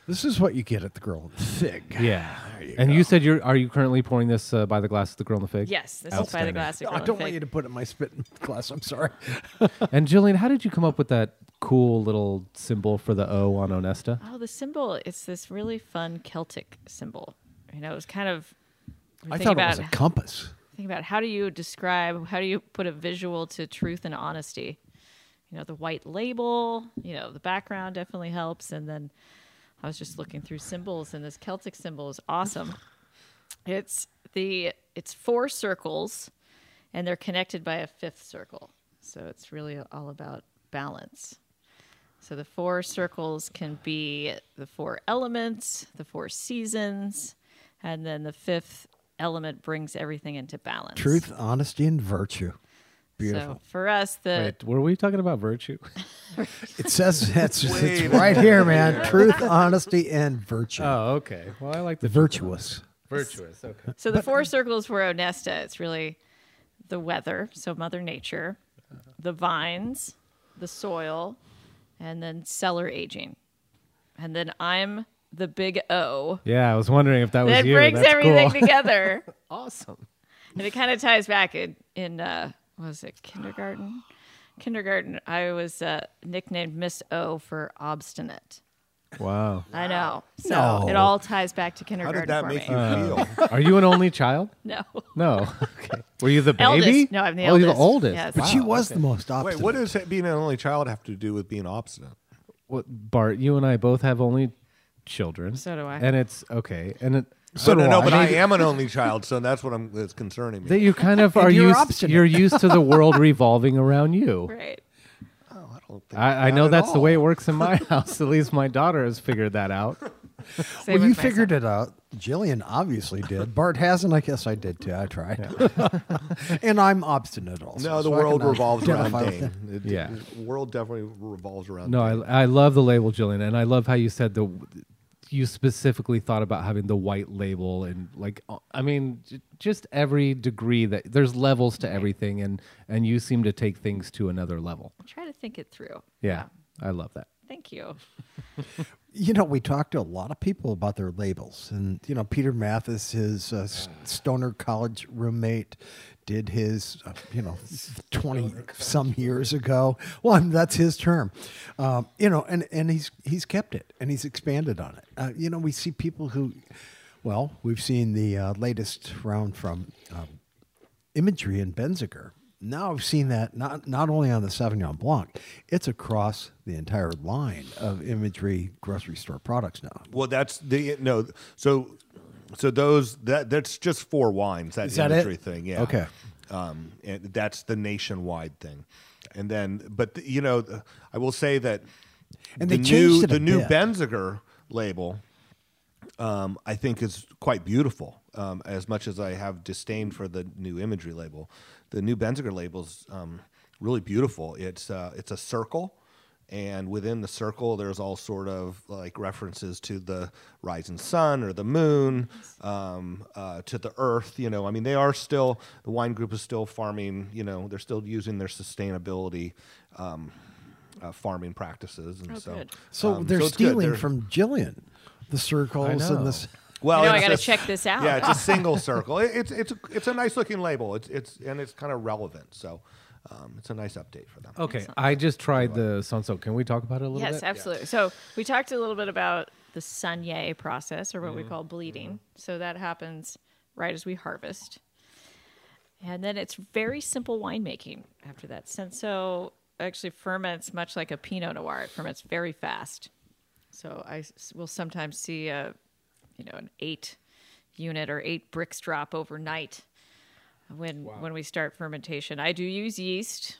C: This is what you get at the Girl in the Fig.
D: Yeah. and you said you're are you currently pouring this uh, by the glass of the girl in the fig?
E: Yes, this is by the
D: Outstanding.
E: glass. of
C: No, I
E: Grown
C: don't
E: Fig.
C: want you to put it in my spit glass. I'm sorry.
D: And Jillian, how did you come up with that cool little symbol for the O on Onesta?
E: Oh, the symbol is this really fun Celtic symbol. You know, it was kind of.
C: I
E: think
C: thought it
E: about,
C: was a compass.
E: Think about how do you describe, how do you put a visual to truth and honesty? You know, the white label, you know, the background definitely helps. And then I was just looking through symbols, and this Celtic symbol is awesome. It's the it's four circles, and they're connected by a fifth circle. So it's really all about balance. So the four circles can be the four elements, the four seasons, and then the fifth element brings everything into balance.
C: Truth, honesty, and virtue.
E: So
C: Beautiful.
E: for us, the
D: Wait, were we talking about virtue?
C: It
F: *laughs*
C: says that's it's right here, man. Truth, honesty, and virtue.
D: *laughs* oh, okay. Well, I *laughs* like the
C: Virtuous.
D: virtuous. Okay.
E: so the four circles were Onesta. It's really the weather, so Mother Nature, the vines, the soil, and then cellar aging. And then I'm the big O.
D: Yeah, I was wondering if that was
E: That
D: you.
E: brings
D: That's
E: everything
D: cool. *laughs*
E: together.
D: awesome.
E: and it kind of ties back in in uh, what was it kindergarten? Kindergarten, I was uh, nicknamed Miss O for obstinate.
D: *laughs* Wow.
E: I know, so
C: No.
E: it all ties back to
F: How
E: kindergarten
F: did that
E: for
F: make
E: me.
F: you feel?
D: Are you an only child?
E: *laughs* no,
D: No. *laughs* Okay. Were you the
E: Eldest.
D: baby?
E: No, I'm the
D: oh, you're the
E: eldest.
D: oldest.
E: Yes.
C: But
D: Wow.
C: she was the most
F: Wait,
C: obstinate.
F: what does it being an only child have to do with being obstinate?
D: What, Bart, you and I both have only children.
E: So do I.
D: And it's okay. And it.
F: So no, no, but I
D: Maybe-
F: am an only child, so that's what I'm. That's concerning me.
D: That you kind of
F: *laughs*
C: And
D: are
C: you're
D: used.
C: obstinate.
D: You're used to the world revolving around you.
E: right?
D: I, I
F: Not
D: know
F: at
D: that's the way it
F: all.
D: works in my *laughs* house. At least my daughter has figured that out.
E: Same
C: Well,
E: with
C: you
E: myself.
C: figured it out. Jillian
F: *laughs*
C: obviously did. Bart hasn't. I guess I did too. I tried. *laughs* and I'm obstinate also.
F: No, the
C: so I
F: world
C: can
F: revolves around
C: identify with
F: Dane.
C: that.
F: It-
D: Yeah.
F: The world definitely revolves around.
D: No, I, I love the label, Jillian, and I love how you said the you specifically thought about having the white label and like uh, I mean j- just every degree that there's levels to everything, and and you seem to take things to another level.
E: Try to think it through.
D: Yeah, I love that.
E: Thank you.
C: You know, we talked to a lot of people about their labels, and you know, Peter Mathis, his uh, s- stoner college roommate, did his, uh, you know, twenty some years ago. Well, I mean, that's his term, um, you know, and and he's he's kept it and he's expanded on it. Uh, you know, we see people who, well, we've seen the uh, latest round from um, imagery in Benziger. Now I've seen that not not only on the Sauvignon Blanc, it's across the entire line of imagery grocery store products now.
F: Well, that's the no. So, so those that that's just four wines. That
C: Is that
F: imagery
C: it?
F: thing. Yeah.
C: Okay.
F: Um, and that's the nationwide thing, and then but the- you know, the- I will say that
C: And they
F: the new
C: changed it a
F: the new
C: bit.
F: Benziger label. Um, I think is quite beautiful. Um, as much as I have disdain for the new imagery label, the new Benziger label's um, really beautiful. It's uh, it's a circle, and within the circle, there's all sort of like references to the rising sun or the moon, um, uh, to the earth. You know, I mean, they are still the wine group is still farming. You know, they're still using their sustainability. Um, uh, farming practices and
E: Oh,
F: so
E: good.
C: So
F: um,
C: they're
F: it's good.
C: stealing
F: They're-
C: from Jillian the circles
D: know.
C: and this.
F: well,
E: You know, I
F: it's
E: gotta
F: a-
E: check this out. *laughs*
F: Yeah, it's a single circle. It, it's it's a, it's a nice looking label. It's it's and it's kind of relevant. So um, it's a nice update for them.
D: Okay, I just tried the Sanso. Can we talk about it a little
E: Yes,
D: bit?
E: absolutely. So we talked a little bit about the saignée process, or what
D: Mm-hmm.
E: we call bleeding. So that happens right as we harvest, and then it's very simple winemaking after that. Senso actually ferments much like a Pinot Noir; it ferments very fast. So I s- will sometimes see a, you know, an eight unit or eight bricks drop overnight when when we start fermentation. I do use yeast,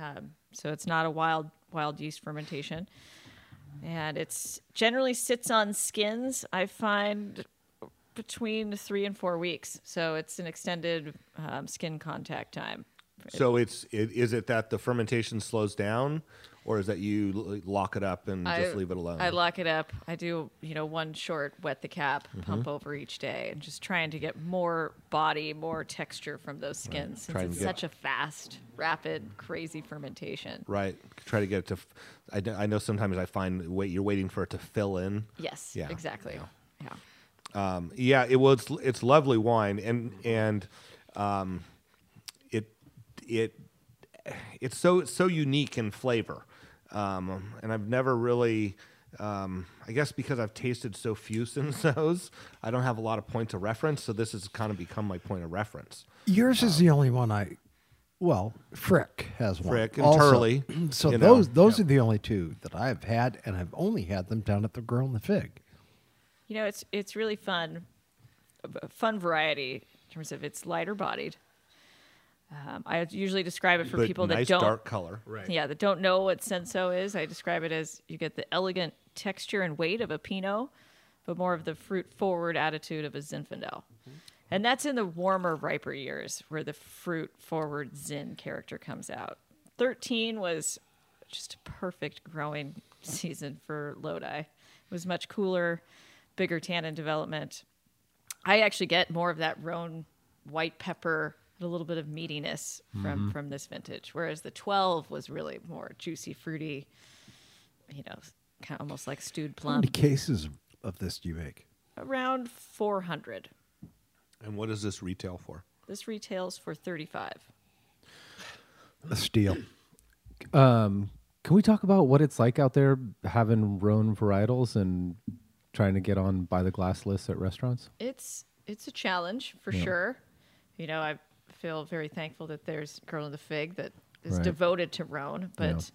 E: um, so it's not a wild wild yeast fermentation, and it's generally sits on skins. I find between three and four weeks, so it's an extended um, skin contact time
F: So it's it, is it that the fermentation slows down, or is that you l- lock it up and just leave it alone?
E: I lock it up. I do, you know, one short wet the cap,
F: Mm-hmm.
E: pump over each day, and just trying to get more body, more texture from those skins
F: Try and
E: since it's
F: get-
E: such a fast, rapid, crazy fermentation.
F: right. Try to get it to. f- I, kn- I know sometimes I find wait you're waiting for it to fill in.
E: Yes,
F: Yeah,
E: exactly.
F: yeah.
E: yeah.
F: Um, yeah, it was. It's lovely wine, and and um, it it it's so it's so unique in flavor, um, and I've never really. Um, I guess because I've tasted so few *laughs* Sinsos, I don't have a lot of points of reference. So this has kind of become my point of reference.
C: Yours is the only one I. Well, Frick has one.
F: Frick and
C: also.
F: Turley,
C: *clears throat* So
F: you know,
C: those those are the only two that I've had, and I've only had them down at the Girl in the Fig.
E: You know, it's it's really fun, a fun variety in terms of it's lighter bodied. Um, I usually describe it for
F: But
E: people
F: nice
E: that don't
F: dark color.
D: Right.
E: yeah, that don't know what senso is. I describe it as you get the elegant texture and weight of a Pinot, but more of the fruit forward attitude of a Zinfandel. And that's in the warmer, riper years where the fruit forward Zin character comes out. 13 was just a perfect growing *laughs* season for Lodi. It was much cooler, bigger tannin development. I actually get more of that Rhone white pepper, a little bit of meatiness from from this vintage, whereas the twelve was really more juicy, fruity. You know, kind of almost like stewed
C: How
E: plum.
C: many cases of this do you make?
E: Around four hundred.
F: And what does this retail for?
E: This retails for thirty five.
C: A steal.
D: Can we talk about what it's like out there having Rhone varietals and trying to get on by the glass lists at *laughs* restaurants?
E: It's it's a challenge for sure. You know, I feel very thankful that there's Girl in the Fig that is
D: Right.
E: devoted to Rhone, but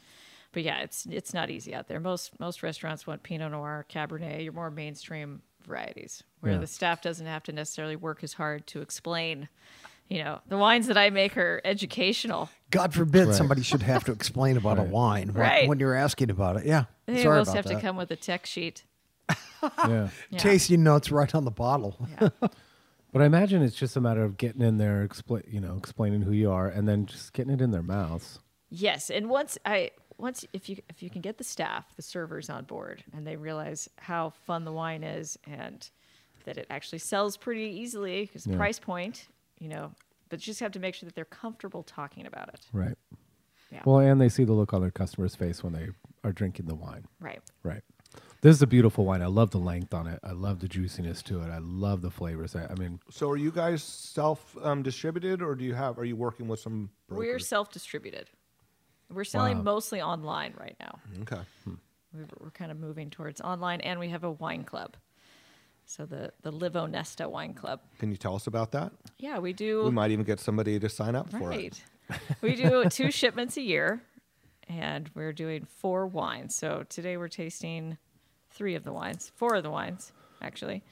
E: but yeah, it's it's not easy out there. Most most restaurants want Pinot Noir, Cabernet, your more mainstream varieties, where
D: Yeah.
E: the staff doesn't have to necessarily work as hard to explain. You know, the wines that I make are educational.
C: God forbid
D: Right.
C: somebody should have to explain about a wine when-
E: Right.
C: when you're asking about it. Yeah.
E: They
C: Sorry
E: almost
C: about
E: have
C: that.
E: to come with a tech sheet.
D: yeah.
E: Yeah.
C: Tasting notes right on the bottle.
E: Yeah.
D: But I imagine it's just a matter of getting in there, expla- you know, explaining who you are, and then just getting it in their mouths.
E: Yes, and once I once if you if you can get the staff, the servers on board, and they realize how fun the wine is and that it actually sells pretty easily because
D: Yeah.
E: price point, you know, but you just have to make sure that they're comfortable talking about it.
D: Right.
E: Yeah.
D: Well, and they see the look on their customer's face when they are drinking the wine.
E: Right.
D: Right. This is a beautiful wine. I love the length on it. I love the juiciness to it. I love the flavors. I, I mean,
F: So are you guys self um, distributed, or do you have? Are you working with some?
E: We're
F: brokers?
E: self-distributed. We're selling mostly online right now.
F: okay.
E: We're, we're kind of moving towards online, and we have a wine club. So the the Live Onesta Wine Club.
F: Can you tell us about that?
E: Yeah, we do.
F: We might even get somebody to sign up for it.
E: Right. we do
F: *laughs*
E: two shipments a year, and we're doing four wines. So today we're tasting three of the wines, four of the wines, actually.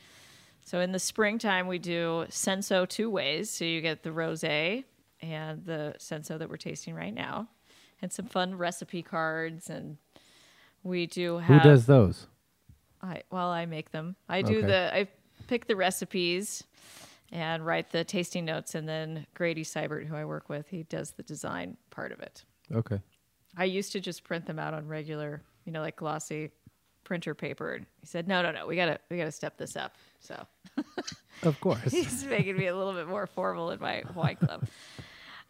E: So in the springtime, we do Senso two ways. So you get the rose and the Senso that we're tasting right now, and some fun recipe cards. And we do
D: who
E: have.
D: does those?
E: I, well, I make them. I do
D: Okay.
E: the. I pick the recipes, and write the tasting notes, and then Grady Seibert, who I work with, he does the design part of it.
D: Okay.
E: I used to just print them out on regular, you know, like glossy printer paper. And he said, "No, no, no. We gotta, we gotta step this up." So
D: Of course.
E: *laughs* he's making me a little bit more formal in my wine club.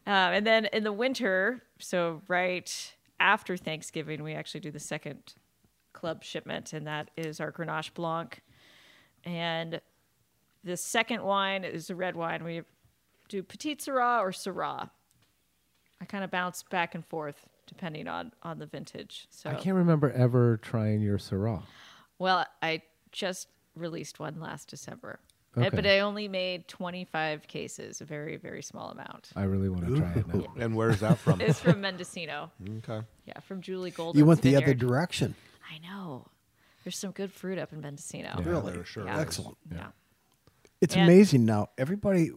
E: Um, and then in the winter, so right after Thanksgiving, we actually do the second club shipment, and that is our Grenache Blanc. And the second wine is a red wine. We do Petit Syrah or Syrah. I kind of bounce back and forth depending on on the vintage. So
D: I can't remember ever trying your Syrah.
E: well, I just released one last December. Uh,
D: Okay.
E: But I only made 25 cases, a very, very small amount.
D: I really want to try it now.
F: And where's that
E: *laughs*
F: from?
E: It's from Mendocino.
F: okay.
E: Yeah, from Julie Golden.
C: You went the other direction.
E: I know. There's some good fruit up in Mendocino.
C: Really?
F: sure
E: Yeah.
C: Excellent.
E: Yeah.
C: It's
E: And-
C: amazing now. Everybody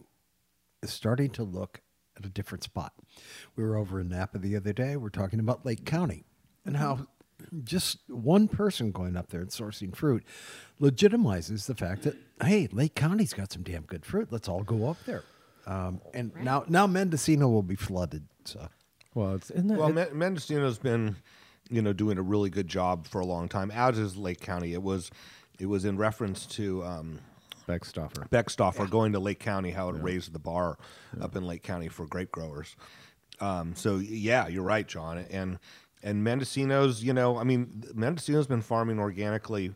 C: is starting to look at a different spot. We were over in Napa the other day. We're talking about Lake County and how just one person going up there and sourcing fruit legitimizes the fact that, hey, Lake County's got some damn good fruit. Let's all go up there. Um, and now, now Mendocino will be flooded. So
D: Well, it's in that.
F: Well,
D: it-
F: Men- Mendocino's been, you know, doing a really good job for a long time. As is Lake County. It was, it was in reference to um,
D: Beckstoffer.
F: Beckstoffer going to Lake County, how it raised the bar up in Lake County for grape growers. Um, so yeah, you're right, John. And and Mendocino's, you know, I mean, Mendocino's been farming organically,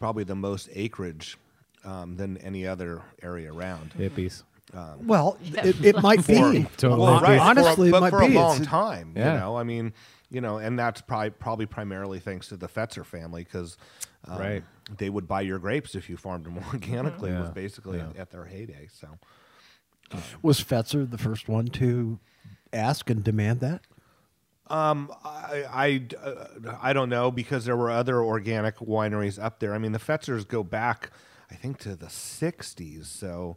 F: probably the most acreage um, than any other area around.
D: Hippies.
F: Um, *laughs*
C: Well, it, it might be.
D: Totally.
C: Well,
D: Well, right,
C: Honestly,
F: for a, but
C: it might
F: for
C: be.
F: a
C: It's-
F: long time.
D: Yeah.
F: You know, I mean, you know, and that's probably probably primarily thanks to the Fetzer family because um,
D: Right.
F: they would buy your grapes if you farmed them *laughs* organically.
D: Yeah,
F: Was basically
D: yeah.
F: at their heyday. So
C: Was Fetzer the first one to ask and demand that?
F: I, I, uh, I don't know because there were other organic wineries up there. I mean, the Fetzers go back, I think, to the 60s. So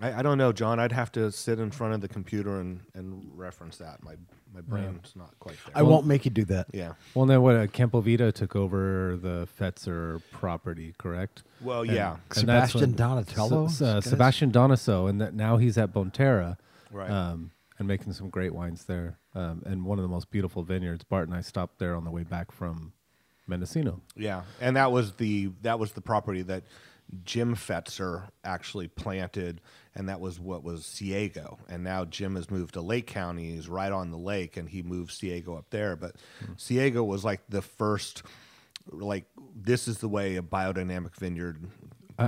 F: I, I don't know, John. I'd have to sit in front of the computer and, and reference that. My, my brain's not quite there.
C: I won't make you do that.
F: yeah.
D: Well, then what? Uh, Campovita took over the Fetzer property, correct?
F: Well,
D: And-
F: yeah.
D: and that's
C: Sebastian
D: when-
C: Donatello,
D: Se- uh,
C: guys?
D: Sebastian Donaso, and that now he's at Bonterra,
F: Right.
D: Um, and making some great wines there, um, and one of the most beautiful vineyards. Bart and I stopped there on the way back from Mendocino.
F: Yeah, and that was the that was the property that Jim Fetzer actually planted, and that was what was Ciego. And now Jim has moved to Lake County. He's right on the lake, and he moved Ciego up there. But
D: Hmm.
F: Ciego was like the first, like this is the way a biodynamic vineyard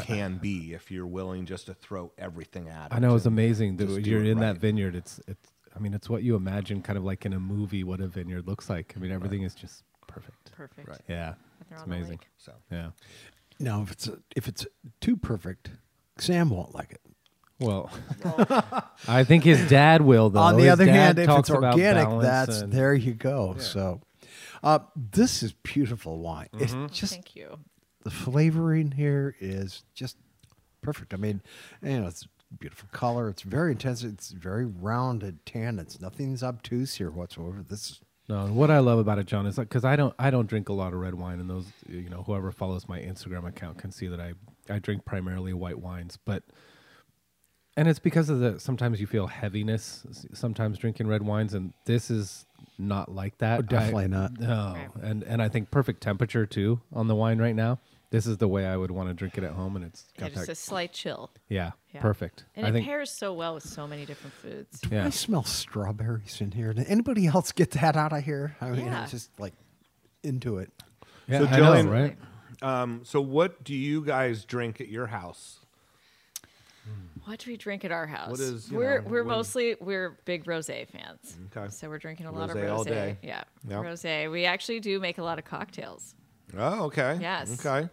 F: can be if you're willing just to throw everything at it.
D: I know it's
F: and
D: amazing that
F: just do
D: you're
F: it
D: in that
F: right.
D: vineyard. It's it's. I mean, it's what you imagine, kind of like in a movie, what a vineyard looks like. I mean, everything is just perfect.
E: Perfect.
D: Yeah,
E: But they're
D: it's
E: on the
D: amazing.
E: lake.
F: So
D: Yeah.
C: Now, if it's if it's too perfect, Sam won't like it. *laughs*
D: Well, I think his dad will though.
C: On the
D: His
C: other
D: dad
C: hand, if
D: talks
C: it's
D: about
C: organic,
D: balance
C: that's
D: and-
C: there you go. So, uh, this is beautiful wine.
D: Mm-hmm.
C: It's just
E: Thank you.
C: the flavoring here is just perfect. I mean, you know, it's beautiful color. It's very intense. It's very rounded tannins. Nothing's obtuse here whatsoever. This is
D: No, and what I love about it, John, is because I don't I don't drink a lot of red wine, and those you know whoever follows my Instagram account can see that I I drink primarily white wines, but and it's because of the sometimes you feel heaviness s- sometimes drinking red wines, and this is not like that.
C: Oh, definitely
D: I-
C: not.
D: No, and and I think perfect temperature too on the wine right now. This is the way I would want to drink it at home, and it's
E: Yeah,
D: got
E: just a
D: that,
E: slight chill.
D: yeah,
E: Yeah.
D: perfect.
E: And
D: I
E: it
D: think
E: pairs so well with so many different foods.
D: yeah.
C: I smell strawberries in here. Did anybody else get that out of here? I mean,
E: Yeah.
C: I'm just like into it.
D: yeah,
F: So
D: I know,
F: Jillian-
D: right?
F: um, so what do you guys drink at your house?
E: What do we drink at our house?
F: What is, you
E: we're
F: know,
E: we're
F: what-
E: mostly we're big rosé fans.
F: Okay.
E: So we're drinking a lot of
F: Rosé
E: rosé.
F: all day.
E: Yeah.
F: Yeah.
E: Rosé. We actually do make a lot of cocktails.
F: Oh, okay.
E: Yes.
F: Okay.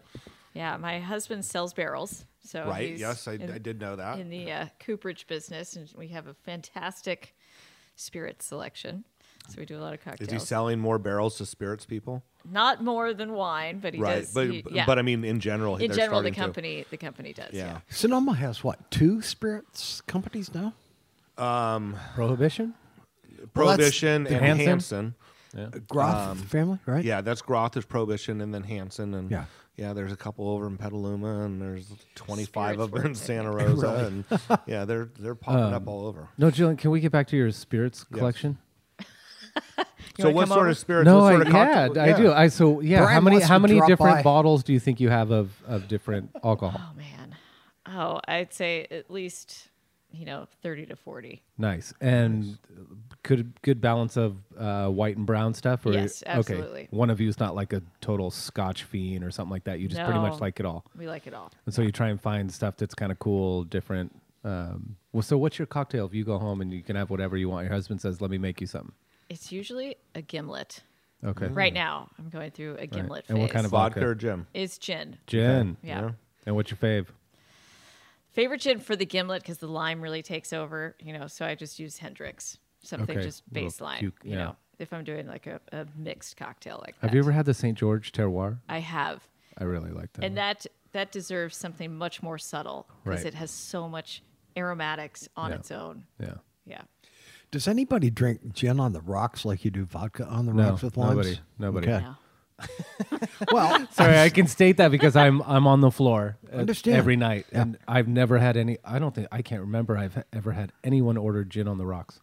E: Yeah, my husband sells barrels. So
F: Right.
E: he's
F: Yes, I,
E: in-
F: I did know that.
E: in the uh, cooperage business, and we have a fantastic spirit selection. So we do a lot of cocktails.
F: Is he selling more barrels to spirits people?
E: Not more than wine, but he
F: right,
E: does.
F: but
E: he- yeah.
F: but I mean in general,
E: in
F: they're
E: general, the
F: starting to-
E: company the company does.
F: yeah.
E: Yeah.
C: Sonoma has what two spirits companies now?
D: Prohibition.
F: Prohibition
D: Well,
F: and
D: that's-
F: Hansen.
C: Groth
D: Um,
C: family, right?
F: Yeah, that's Groth is Prohibition, and then Hansen, and
C: Yeah.
F: yeah, there's a couple over in Petaluma, and there's 25
E: Spirits
F: of them
E: were *laughs*
F: in Santa Rosa, and
D: *laughs*
F: yeah, they're they're popping
D: Um,
F: up all over.
D: No, Jillian, can we get back to your spirits collection?
E: You
F: So
E: wanna
F: what
E: come
F: sort
E: over?
F: of spirits?
D: no,
F: what
D: I,
F: sort of cocktail-
D: yeah, I do. I so yeah. how
C: Brian
D: many
C: wants
D: how
C: to
D: many
C: drop
D: different
C: by.
D: bottles do you think you have of of different alcohol?
E: Oh man. Oh, I'd say at least you know thirty to forty.
D: Nice and good good balance of uh, white and brown stuff. Or,
E: Yes,
D: Okay,
E: absolutely.
D: one of you is not like a total Scotch fiend or something like that. You just pretty
E: No.
D: much like it all,
E: We like it all.
D: and so you try and find stuff that's kind of cool, different. Um, well, so what's your cocktail? If you go home and you can have whatever you want, your husband says, "Let me make you something."
E: It's usually a gimlet.
D: Okay,
E: Right now, I'm going through a gimlet phase.
D: And what kind of
F: vodka or
D: vodka.
F: gin?
E: It's gin.
D: gin.
E: Yeah.
D: And what's your fave?
E: Favorite gin for the gimlet because the lime really takes over, you know. So I just use Hendrix, something
D: Okay,
E: just
D: little
E: baseline,
D: puke,
E: you
D: yeah.
E: know. If I'm doing like a, a mixed cocktail like that,
D: Have you ever had the Saint George Terroir?
E: I have,
D: I really like that.
E: and that that deserves something much more subtle because
D: Right.
E: it has so much aromatics on
D: Yeah.
E: its own.
D: yeah.
E: Yeah,
C: Does anybody drink gin on the rocks like you do vodka on the
D: No,
C: rocks with limes?
D: nobody, nobody.
C: Okay.
E: No.
C: *laughs* Well,
D: Sorry, I can state that because I'm I'm on the floor uh,
C: Understand.
D: every night, and I've never had any. I don't think I can't remember I've ha- ever had anyone order gin on the rocks.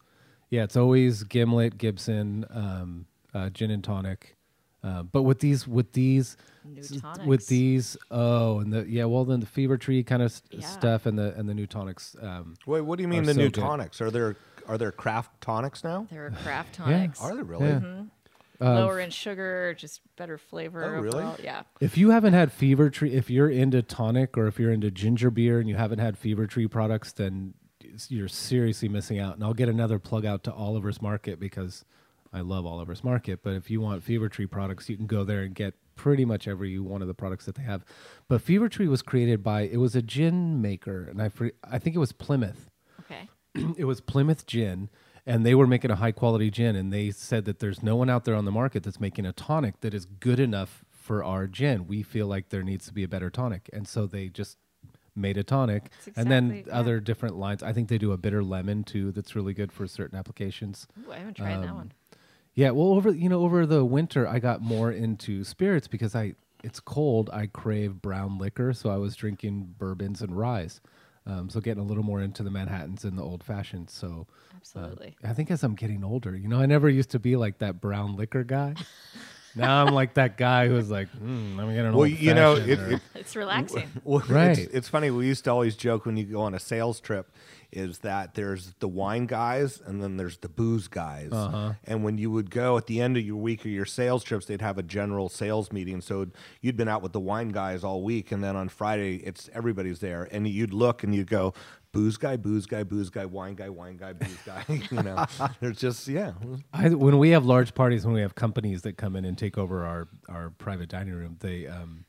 D: Yeah, it's always gimlet, Gibson, um, uh, gin and tonic. Uh, but with these, with these,
E: New
D: s- with
E: tonics.
D: these, oh, and the yeah, well, then the fever tree kind of st-
E: Yeah.
D: stuff, and the and the new tonics. Um,
F: Wait, what do you mean
D: Are
F: the
D: so
F: new
D: good.
F: tonics? Are there are there craft tonics now?
D: *sighs*
E: There are craft tonics.
F: Are there really?
E: Lower in sugar, just better flavor.
F: Oh, really?
E: overall. Yeah.
D: If you haven't had Fever Tree, if you're into tonic or if you're into ginger beer and you haven't had Fever Tree products, then it's- you're seriously missing out. And I'll get another plug out to Oliver's Market because I love Oliver's Market. But if you want Fever Tree products, you can go there and get pretty much every one of the products that they have. But Fever Tree was created by it was a gin maker, and I fre- I think it was Plymouth
E: Okay.
D: *clears throat* it was Plymouth Gin, and they were making a high quality gin, and they said that there's no one out there on the market that's making a tonic that is good enough for our gin. We feel like there needs to be a better tonic, and so they just made a tonic,
E: That's
D: and then
E: exactly- yeah.
D: other different lines. I think they do a bitter lemon too, that's really good for certain applications.
E: Ooh, I haven't tried
D: Um,
E: that one.
D: Yeah, well, over you know over the winter, I got more into spirits because I it's cold. I crave brown liquor, so I was drinking bourbons and ryes. Um, so getting a little more into the Manhattans and the old fashions. So uh,
E: Absolutely.
D: I think as I'm getting older, you know, I never used to be like that brown liquor guy. now I'm like that guy who's like, hmm, I'm getting
F: Well,
D: old.
F: you know,
D: fashioned
F: it,
D: or-
F: it,
E: It's
F: *laughs*
E: relaxing.
F: Well,
D: Right.
F: It's, it's funny. We used to always joke when you go on a sales trip is that there's the wine guys and then there's the booze guys.
D: Uh-huh.
F: And when you would go at the end of your week or your sales trips, they'd have a general sales meeting. So you'd been out with the wine guys all week, and then on Friday, it's everybody's there, and you'd look and you'd go. Booze guy, booze guy, booze guy, wine guy, wine guy, booze guy. *laughs* you know, there's just yeah.
D: I, when we have large parties, when we have companies that come in and take over our, our private dining room, they, um,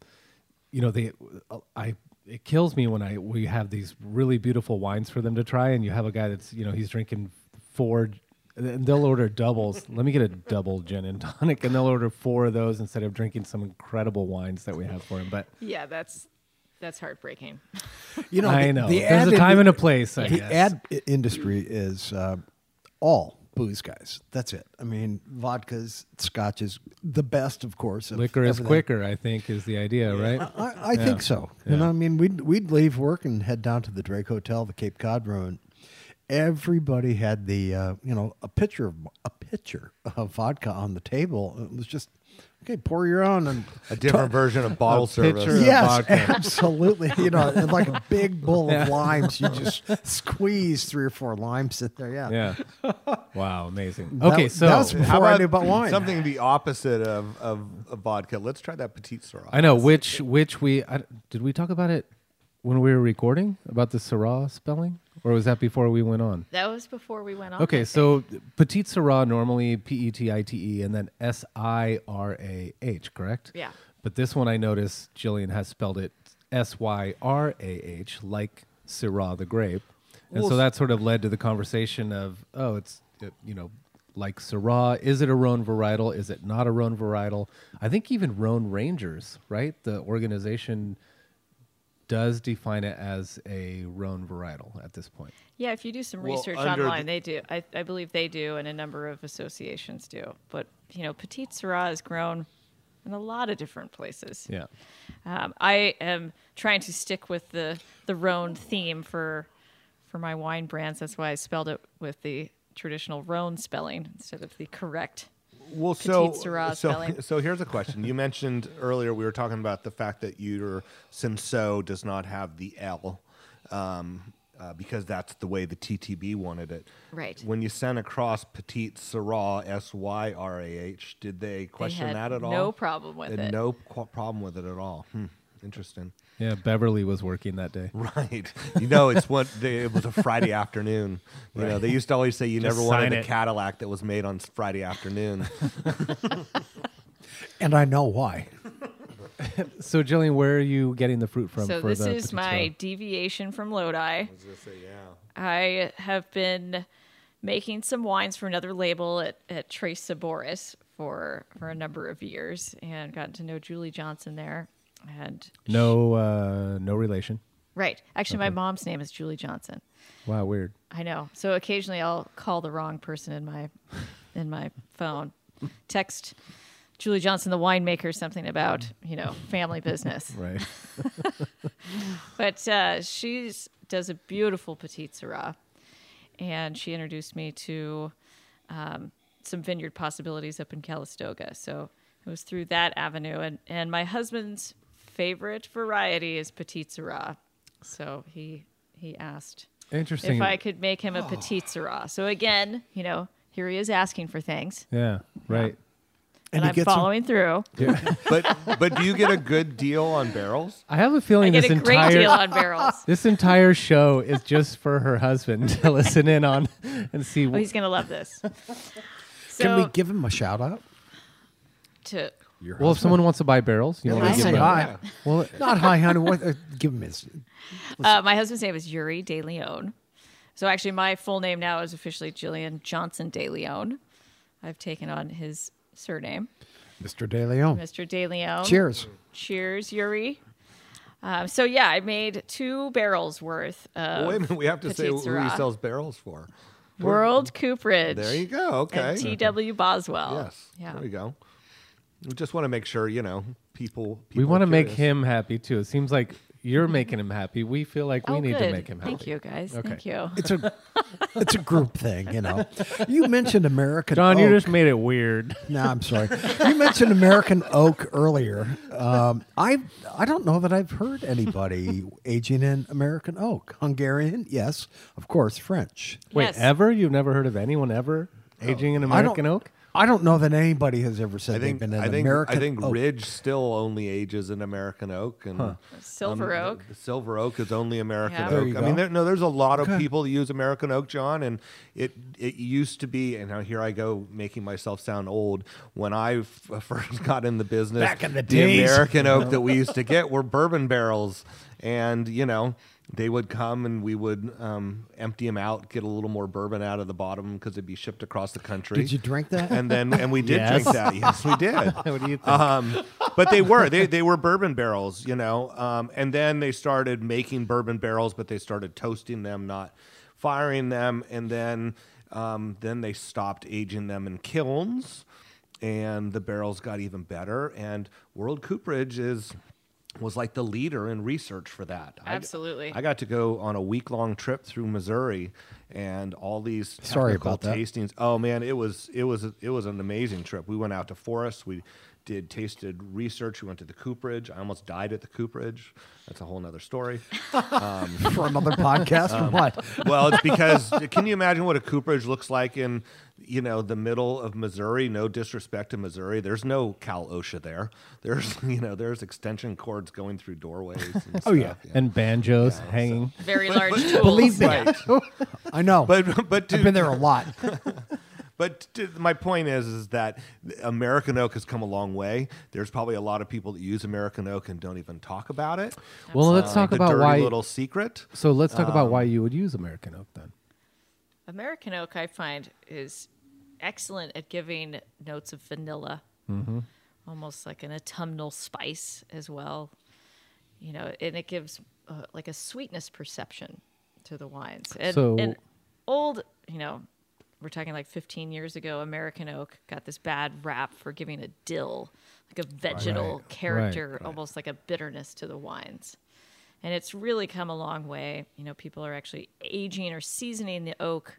D: you know, they, uh, I, it kills me when I we have these really beautiful wines for them to try, and you have a guy that's, you know, he's drinking four, and they'll order doubles. Let me get a double gin and tonic, and they'll order four of those instead of drinking some incredible wines that we have for him. But
E: Yeah, that's that's heartbreaking.
C: you know,
D: I
C: the-
D: know
C: the
D: there's
C: ad
D: a time
C: indu-
D: and a place. I
C: the
D: guess.
C: ad i- industry is uh, all booze guys. That's it. I mean, vodkas, scotches, the best, of course. Of
D: liquor is
C: everything.
D: quicker, I think, is the
C: *laughs*
D: idea, right?
C: I, I think so. You know, I mean, we'd we'd leave work and head down to the Drake Hotel, the Cape Cod room. Everybody had the uh, you know a pitcher of a pitcher of vodka on the table. It was just okay. Pour your own and
F: A different version of bottle service.
D: pitcher of
C: yes,
D: vodka.
C: absolutely. You know, and like a big
D: *laughs*
C: bowl of limes, you just squeeze three or four limes in there. Yeah,
D: Yeah. wow, amazing.
C: That-
D: Okay, so
C: that's before I knew about wine.
F: Something the opposite of, of, of vodka. Let's try that petite Syrah.
D: I know which which we I, did we talk about it when we were recording about the Syrah spelling, or was that before we went on?
E: That was before we went on.
D: Okay, so Petite Syrah normally P E T I T E and then S I R A H, correct?
E: Yeah.
D: But this one I noticed Jillian has spelled it S Y R A H, like Syrah the grape, and so that sort of led to the conversation of oh, it's uh, you know like Syrah, is it a Rhone varietal? Is it not a Rhone varietal? I think even Rhone Rangers, right? The organization does define it as a Rhone varietal at this point.
E: Yeah, if you do some
F: Well,
E: research
F: under
E: online,
F: the-
E: they do. I, I believe they do, and a number of associations do. But you know, Petite Syrah is grown in a lot of different places.
D: Yeah.
E: Um, I am trying to stick with the the Rhone theme for for my wine brands. That's why I spelled it with the traditional Rhone spelling instead of the correct.
F: Well, so, uh,
E: Petite Syrah
F: so,
E: spelling.
F: *laughs* so here's a question. You mentioned earlier we were talking about the fact that your Cinsault does not have the L um, uh, because that's the way the TTB wanted it.
E: Right.
F: When you sent across Petite Syrah, S Y R A H, did they question
E: had
F: that at all?
E: no problem with
F: They had
E: it.
F: No qu- problem with it at all. Hmm. Interesting.
D: Yeah, Beverly was working that day.
F: Right. You know, it's what they, it was a
D: *laughs*
F: Friday afternoon. You know, they used to always say you
D: Just
F: never wanted
D: sign
F: a
D: it.
F: Cadillac that was made on Friday
D: *laughs*
F: afternoon.
C: and I know why.
D: So, Jillian, where are you getting the fruit from?
E: so
D: for
E: this
D: the
E: is
D: petit
E: my
D: Sirah?
E: deviation from Lodi.
F: yeah.
E: I have been making some wines for another label at, at Trace Saboris for for a number of years and gotten to know Julie Johnson there. And
D: no, uh, no relation.
E: right, actually, my mom's name is Julie Johnson.
D: Wow, weird.
E: I know. So occasionally I'll call the wrong person in my in my phone, text Julie Johnson, the winemaker, something about you know family business. *laughs*
D: Right.
E: But uh, she does a beautiful petite syrah, and she introduced me to um, some vineyard possibilities up in Calistoga. So it was through that avenue, and and my husband's favorite variety is petite syrah. So he he asked
D: Interesting.
E: if I could make him a petite syrah. So again, you know, here he is asking for things,
D: Yeah. Right.
E: and,
C: he
E: I'm
C: gets 'em-
E: following through.
F: but but do you get a good deal on barrels?
D: I have a
E: I
D: feeling
E: get
D: this
E: a
D: entire
E: great deal on barrels.
D: *laughs* this entire show is just for her husband to *laughs* listen in on and see.
E: Oh, he's gonna love this. So
C: *laughs* Can we give him a shout out?
E: to
C: Your
D: well, if someone wants to buy barrels, you know,
C: husband?
D: we
C: say
D: give them-
C: hi. Well, not hi, honey. What, uh, give him his.
E: uh, my husband's name is Yuri De Leon. So actually, my full name now is officially Jillian Johnson De Leon. I've taken on his surname,
C: Mr. De Leon.
E: Mr. De Leon.
C: Cheers.
E: Cheers, Yuri. Um, so yeah, I made two barrels worth of
F: Wait a minute, we have to say
E: Petite
F: who he
E: Syrah.
F: sells barrels for.
E: World Cooperage.
F: There you go. Okay.
E: And T.W. Boswell.
F: Yes.
E: Yeah.
F: There we go. We just want to make sure you know people. people
D: we want
F: are
D: to make
F: curious.
D: him happy too. It seems like you're making him happy. We feel like we
E: oh,
D: need to
E: good.
D: make him happy.
E: Thank you, guys. Thank
D: Okay.
E: you.
C: It's a it's a group thing, you know. You mentioned American
D: Don,
C: oak.
D: you just made it weird. *laughs*
C: No, I'm sorry. You mentioned American oak earlier. Um, I I don't know that I've heard anybody aging in American oak. Hungarian, yes, of course. French.
D: Wait,
E: Yes.
D: ever? You've never heard of anyone ever aging in American
C: Oh. I don't,
D: oak?
C: I don't know that anybody has ever said
F: I think.
C: they've been in
F: I think.
C: American
F: I think
C: oak.
F: Ridge still only ages in American oak and.
E: Silver
F: um,
E: oak.
F: the- the Silver oak is only American
E: Yeah. There
F: oak.
C: you
F: I mean,
C: go.
F: there, no, there's a lot of people that use American oak, John, and it it used to be. And now here I go making myself sound old. When I f- *laughs* first got in the business,
C: Back in the days.
F: American oak that we
C: *laughs*
F: used to get were bourbon barrels, and you know. They would come and we would um, empty them out, get a little more bourbon out of the bottom because it'd be shipped across the country.
C: Did you drink that?
F: And then,
C: *laughs*
F: and we did
D: Yes.
F: drink that. Yes, we did.
D: What do you think?
F: Um, but they were they, they were bourbon barrels, you know. Um, and then they started making bourbon barrels, but they started toasting them, not firing them. And then um, then they stopped aging them in kilns, and the barrels got even better. And World Cooperage is was like the leader in research for that. I-
E: Absolutely.
F: I, got to go on a week long trip through Missouri, and all these
C: Sorry
F: technical
C: about that.
F: tastings. Oh man, it was it was it was an amazing trip. We went out to forests. We did tasted research. We went to the Cooperage. I almost died at the Cooperage. That's a whole nother story.
C: for another podcast or *laughs* what?
F: well, it's because can you imagine what a Cooperage looks like in you know the middle of Missouri? No disrespect to Missouri, there's no Cal OSHA there. There's *laughs* you know there's extension cords going through doorways. And
C: Oh,
F: stuff,
C: yeah.
D: and banjos hanging.
E: Very large tools.
C: Believe me,
F: Right.
C: I know.
F: But but
C: I've
F: to,
C: been there a
F: *laughs*
C: lot.
F: But t- my point is, is that American oak has come a long way. There's probably a lot of people that use American oak and don't even talk about it.
D: Well, let's talk
F: Uh, the
D: about
F: dirty
D: why.
F: little um, secret.
D: so let's talk about why you would use American oak then.
E: American oak, I find, is excellent at giving notes of vanilla, almost like an autumnal spice as well. You know, and it gives uh, like a sweetness perception to the wines. And,
D: So-
E: and old, you know, we're talking like 15 years ago, American oak got this bad rap for giving a dill, like a vegetal character, almost like a bitterness to the wines and it's really come a long way. You know, people are actually aging or seasoning the oak,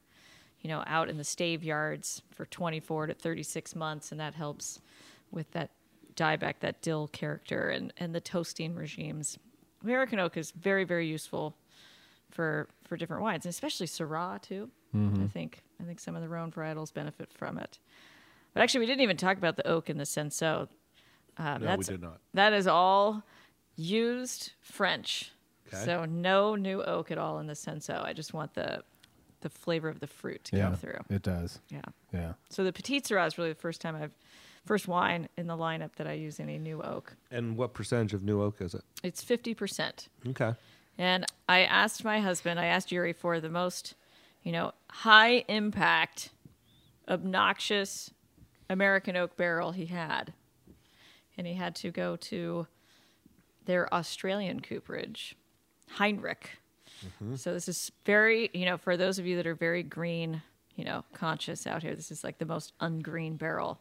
E: you know, out in the stave yards for 24 to 36 months, and that helps with that dieback, that dill character, and and the toasting regimes. American oak is very very useful for for different wines, and especially Syrah too. I think I think some of the Rhone varietals benefit from it. But actually, we didn't even talk about the oak in the Senso. Um,
F: No, we did not.
E: That is all used French.
F: Okay.
E: So no new oak at all in the Senso. I just want the the flavor of the fruit to come through.
D: it does.
E: Yeah.
D: Yeah.
E: So the Petit Syrah is really the first time I've first wine in the lineup that I use any new oak.
F: And what percentage of new oak is it?
E: It's fifty percent.
F: Okay.
E: And I asked my husband, I asked Yuri for the most, you know, high impact, obnoxious American oak barrel he had. And he had to go to their Australian cooperage, Heinrich. So this is very, you know, for those of you that are very green, you know, conscious out here, this is like the most ungreen barrel.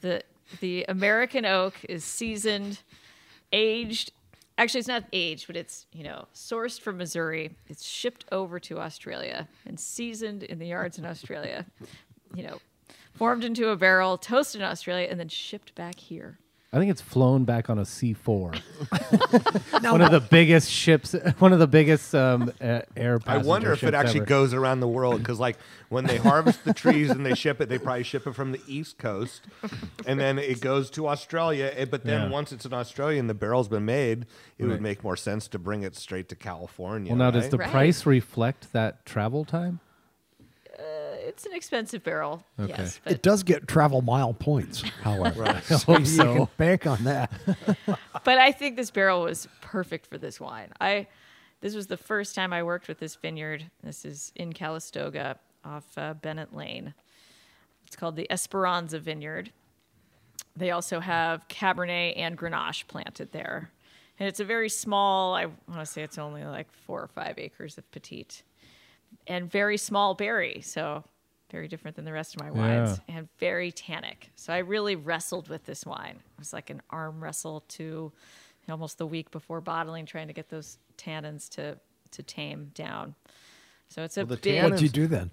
E: The The American oak is seasoned, aged. Actually, it's not aged, but it's, you know, sourced from Missouri. It's shipped over to Australia and seasoned in the yards in Australia. *laughs* You know, formed into a barrel, toasted in Australia, and then shipped back here.
D: I think it's flown back on a C four. one of the biggest ships, *laughs* one of the biggest um, uh, air.
F: I wonder
D: passenger
F: if it
D: ships
F: actually
D: ever.
F: goes around the world because, like, when they harvest the trees and they ship it, they probably ship it from the East Coast, and then it goes to Australia. eh, But then
D: Yeah.
F: once it's in Australia and the barrel's been made, it would
D: Right.
F: make more sense to bring it straight to California.
D: Well, now does
F: right?
D: the
E: Right.
D: price reflect that travel *laughs* time?
E: It's an expensive barrel, yes, but
C: It does get travel mile points, however. So
D: *laughs*
C: you can bank on that.
E: but I think this barrel was perfect for this wine. I this was the first time I worked with this vineyard. This is in Calistoga off uh, Bennett Lane. It's called the Esperanza Vineyard. They also have Cabernet and Grenache planted there. And it's a very small, I want to say it's only like 4 or 5 acres of petite and very small berry, so very different than the rest of my wines, and very tannic. So I really wrestled with this wine. It was like an arm wrestle to almost the week before bottling, trying to get those tannins to to tame down. So it's a
F: Well, the
E: big.
F: tannins-
C: What'd you do then?